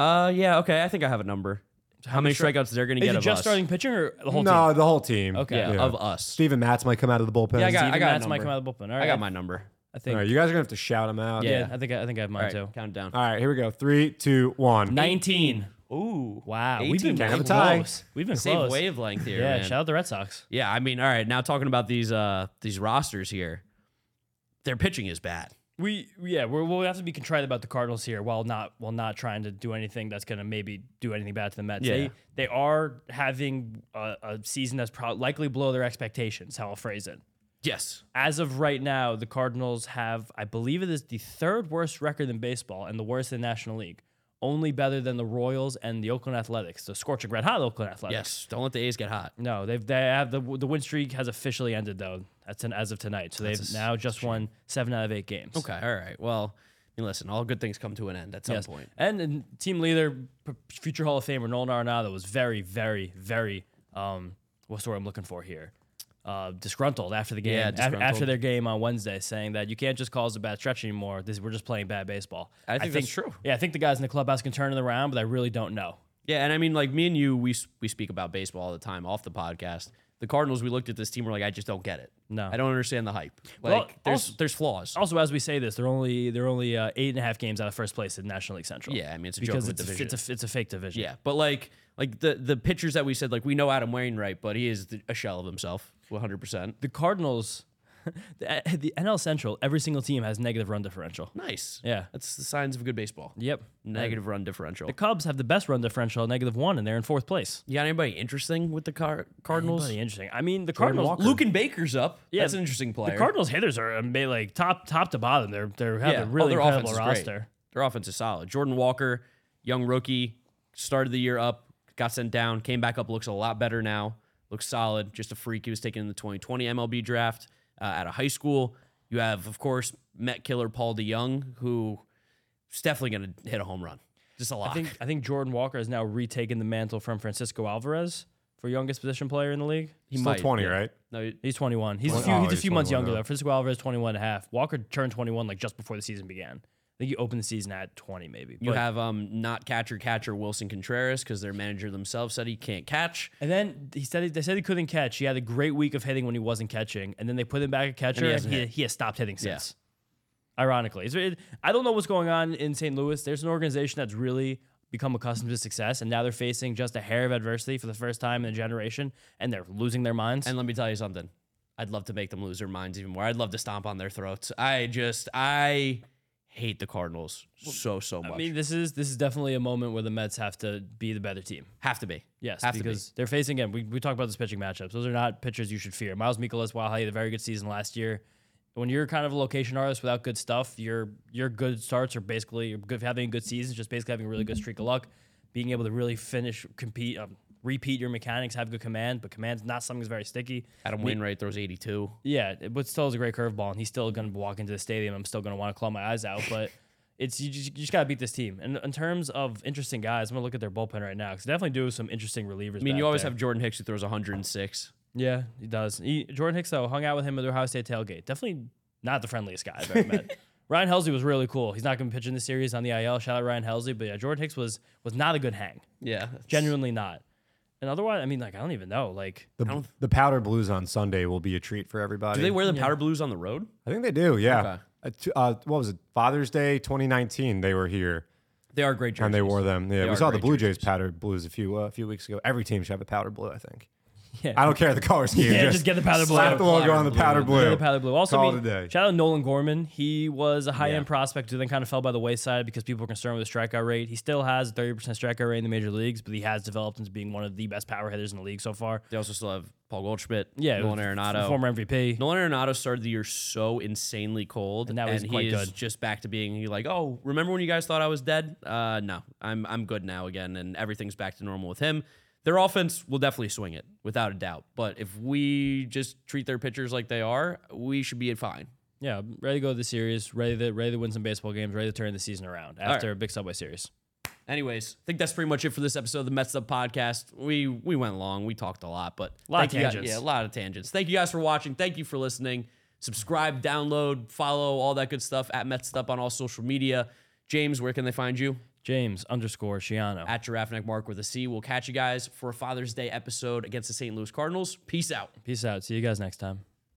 Speaker 2: Uh, yeah, okay. I think I have a number. How, many strikeouts they're gonna
Speaker 1: Is
Speaker 2: get
Speaker 1: it
Speaker 2: of
Speaker 1: just
Speaker 2: us?
Speaker 1: starting pitching or the whole
Speaker 3: no,
Speaker 1: team?
Speaker 3: the whole team.
Speaker 1: Okay.
Speaker 2: yeah,
Speaker 1: Yeah.
Speaker 2: of us.
Speaker 3: Steven Matz might come out of the bullpen.
Speaker 2: Yeah, I got, I
Speaker 1: Steven
Speaker 2: got a
Speaker 1: Matz might
Speaker 2: number.
Speaker 1: come out of the bullpen. All right.
Speaker 2: I got my number.
Speaker 1: I
Speaker 3: All
Speaker 1: think.
Speaker 3: right, you guys are gonna have to shout him out.
Speaker 1: yeah, I think I think I have mine
Speaker 2: All right,
Speaker 1: too.
Speaker 2: count down.
Speaker 3: All right, here we go. Three, two, one.
Speaker 1: 19.
Speaker 2: Ooh,
Speaker 1: Wow. We've
Speaker 2: 18.
Speaker 1: been
Speaker 2: Can't
Speaker 3: have a tie.
Speaker 1: close. We've been
Speaker 2: same
Speaker 1: close.
Speaker 2: wavelength here.
Speaker 1: yeah,
Speaker 2: man.
Speaker 1: shout out the Red Sox.
Speaker 2: Yeah, I mean, all right. Now talking about these uh these rosters here, their pitching is bad.
Speaker 1: We yeah, we're, we'll have to be contrite about the Cardinals here, while not while not trying to do anything that's going to maybe do anything bad to the Mets.
Speaker 2: Yeah.
Speaker 1: They they are having a, a season that's pro- likely below their expectations. How I'll phrase it.
Speaker 2: Yes,
Speaker 1: As of right now, the Cardinals have, I believe, it is the third worst record in baseball and the worst in the National League, only better than the Royals and the Oakland Athletics, the scorching red hot Oakland Athletics.
Speaker 2: yes. Don't let the A's get hot.
Speaker 1: No, they've they have the the win streak has officially ended though. That's an, as of tonight. So
Speaker 2: a
Speaker 1: they've
Speaker 2: s-
Speaker 1: now just won seven out of eight games.
Speaker 2: Okay, all right. Well, I mean, listen, all good things come to an end at some
Speaker 1: Yes.
Speaker 2: point.
Speaker 1: And, and team leader, p- future Hall of Famer Nolan Arenado was very, very, very um, what's the word I'm looking for here? Uh, disgruntled after the game,
Speaker 2: Yeah,
Speaker 1: af-
Speaker 2: disgruntled.
Speaker 1: after their game on Wednesday, saying that you can't just call us a bad stretch anymore. This, we're just playing bad baseball.
Speaker 2: I think that's true.
Speaker 1: Yeah, I think the guys in the clubhouse can turn it around, but I really don't know.
Speaker 2: Yeah, and I mean, like me and you, we s- we speak about baseball all the time off the podcast. The Cardinals, we looked at this team, we're like, I just don't get it.
Speaker 1: No.
Speaker 2: I don't understand the hype. Like,
Speaker 1: Well,
Speaker 2: there's
Speaker 1: also-
Speaker 2: there's flaws.
Speaker 1: Also, as we say this, they're only they're only uh, eight and a half games out of first place in National League Central.
Speaker 2: Yeah, I mean, it's a joke
Speaker 1: because
Speaker 2: of a
Speaker 1: it's, a f-
Speaker 2: division.
Speaker 1: it's a it's a fake division.
Speaker 2: yeah, but like like the the pitchers that we said, like we know Adam Wainwright, but he is the, a shell of himself, 100. percent
Speaker 1: the Cardinals, *laughs* the, the NL Central, every single team has negative run differential.
Speaker 2: Nice.
Speaker 1: Yeah.
Speaker 2: that's the signs of good baseball.
Speaker 1: Yep.
Speaker 2: Negative run differential.
Speaker 1: The Cubs have the best run differential, negative one, and they're in fourth place.
Speaker 2: You got anybody interesting with the car- Cardinals?
Speaker 1: Pretty interesting. I mean, the
Speaker 3: Jordan
Speaker 1: Cardinals.
Speaker 3: Walker.
Speaker 1: Luke,
Speaker 2: Luke and Baker's up.
Speaker 1: Yeah,
Speaker 2: That's an interesting player.
Speaker 1: the Cardinals hitters are ama- like top top to bottom. They're they're having
Speaker 2: yeah,
Speaker 1: a really
Speaker 2: oh, their
Speaker 1: incredible
Speaker 2: offense is great.
Speaker 1: roster.
Speaker 2: Their offense is solid. Jordan Walker, young rookie, started the year up, got sent down, came back up, looks a lot better now. Looks solid. Just a freak. He was taken in the 2020 MLB draft uh, out of high school. You have, of course, Met killer Paul DeYoung, who is definitely going to hit a home run. Just a lot.
Speaker 1: I think I think Jordan Walker has now retaken the mantle from Francisco Alvarez for youngest position player in the league.
Speaker 2: he
Speaker 3: Still
Speaker 2: might,
Speaker 3: twenty,
Speaker 2: yeah.
Speaker 3: right?
Speaker 2: No,
Speaker 1: He's 21. He's a
Speaker 3: Oh,
Speaker 1: few, he's a
Speaker 3: he's
Speaker 1: few months
Speaker 3: 21
Speaker 1: younger
Speaker 3: now.
Speaker 1: though. Francisco Alvarez 21 and a half. Walker turned 21 like just before the season began. I think he opened the season at 20 maybe.
Speaker 2: You
Speaker 1: But-
Speaker 2: have um not catcher catcher Wilson Contreras because their manager themselves said he can't catch.
Speaker 1: And then he said they said he couldn't catch. He had a great week of hitting when he wasn't catching, and then they put him back at catcher, and
Speaker 2: hasn't
Speaker 1: he,
Speaker 2: hit.
Speaker 1: he has stopped hitting since. Ironically, It's- it- I don't know what's going on in St. Louis. There's an organization that's really become accustomed to success, and now they're facing just a hair of adversity for the first time in a generation, and they're losing their minds.
Speaker 2: And let me tell you something, I'd love to make them lose their minds even more. I'd love to stomp on their throats. I just I hate the Cardinals so so much.
Speaker 1: I mean, this is this is definitely a moment where the Mets have to be the better team.
Speaker 2: have to be
Speaker 1: Yes,
Speaker 2: have
Speaker 1: because
Speaker 2: to
Speaker 1: they're facing again. We, we talked about those pitching matchups. Those are not pitchers you should fear. Miles Mikolas, while he had a very good season last year, when you're kind of a location artist without good stuff, your your good starts are basically you're good, having a good season, just basically having a really good streak of luck, being able to really finish, compete, um, repeat your mechanics, have good command. But command's not something that's very sticky.
Speaker 2: be. Adam Wainwright throws 82.
Speaker 1: Yeah, it- but still is a great curveball, and he's still going to walk into the stadium. I'm still going to want to claw my eyes out, but *laughs* it's you just, you just got to beat this team. And in terms of interesting guys, I'm going to look at their bullpen right now because they definitely do have some interesting relievers.
Speaker 2: I mean,
Speaker 1: back
Speaker 2: you always
Speaker 1: there.
Speaker 2: have Jordan Hicks who throws 106.
Speaker 1: Yeah, he does. He, Jordan Hicks though hung out with him at the Ohio State tailgate. Definitely not the friendliest guy I've ever
Speaker 3: *laughs*
Speaker 1: met. Ryan Helsley was really cool. He's not going to pitch in the series on the IL. Shout out Ryan Helsley, but yeah, Jordan Hicks was was not a good hang.
Speaker 2: Yeah,
Speaker 1: Genuinely not. And otherwise, I mean, like I don't even know. Like
Speaker 3: The, the powder blues on Sunday will be a treat for everybody.
Speaker 2: Do they wear the powder blues on the road?
Speaker 3: I think they do. Yeah.
Speaker 2: Okay.
Speaker 3: Uh, t- uh, what was it? Father's Day 2019. They were here
Speaker 2: They are great jerseys.
Speaker 3: and they wore them. Yeah,
Speaker 2: They
Speaker 3: we
Speaker 2: are
Speaker 3: saw the
Speaker 2: great
Speaker 3: Blue Jays powder blues a few uh, a few weeks ago. Every team should have a powder blue. I think.
Speaker 1: Yeah.
Speaker 3: I don't care the color scheme.
Speaker 1: Yeah, just get the powder blue.
Speaker 3: Slap the logo
Speaker 2: Powder
Speaker 3: on the
Speaker 2: blue.
Speaker 3: powder blue.
Speaker 1: Another powder blue. Also,
Speaker 3: Call
Speaker 1: I mean,
Speaker 3: it a day.
Speaker 1: shout out Nolan Gorman. He was a high end prospect who then kind of fell by the wayside because people were concerned with his strikeout rate. He still has a 30% strikeout rate in the major leagues, but he has developed into being one of the best power hitters in the league so far.
Speaker 2: They also still have Paul Goldschmidt,
Speaker 1: Yeah,
Speaker 2: Nolan
Speaker 1: f-
Speaker 2: Arenado,
Speaker 1: former MVP.
Speaker 2: Nolan Arenado started the year so insanely cold,
Speaker 1: And now he's
Speaker 2: he
Speaker 1: quite
Speaker 2: is
Speaker 1: good.
Speaker 2: just back to being like, oh, remember when you guys thought I was dead? Uh, no, I'm I'm good now again, and everything's back to normal with him. Their offense will definitely swing it without a doubt, but if we just treat their pitchers like they are, we should be fine.
Speaker 1: Yeah, I'm ready to go to the series, ready to, ready to win some baseball games, ready to turn the season around after a big Subway series.
Speaker 2: Anyways, I think that's pretty much it for this episode of the Mets Up Podcast. We we went long, we talked a lot, but
Speaker 1: Lot of
Speaker 2: thank you guys-
Speaker 1: tangents.
Speaker 2: yeah, a lot of tangents. Thank you guys for watching. Thank you for listening. Subscribe, download, follow, all that good stuff at Mets Up on all social media. James, where can they find you?
Speaker 1: James underscore Shiano.
Speaker 2: At Giraffe Neck Mark with a C. We'll catch you guys for a Father's Day episode against the St. Louis Cardinals. Peace out.
Speaker 1: Peace out. See you guys next time.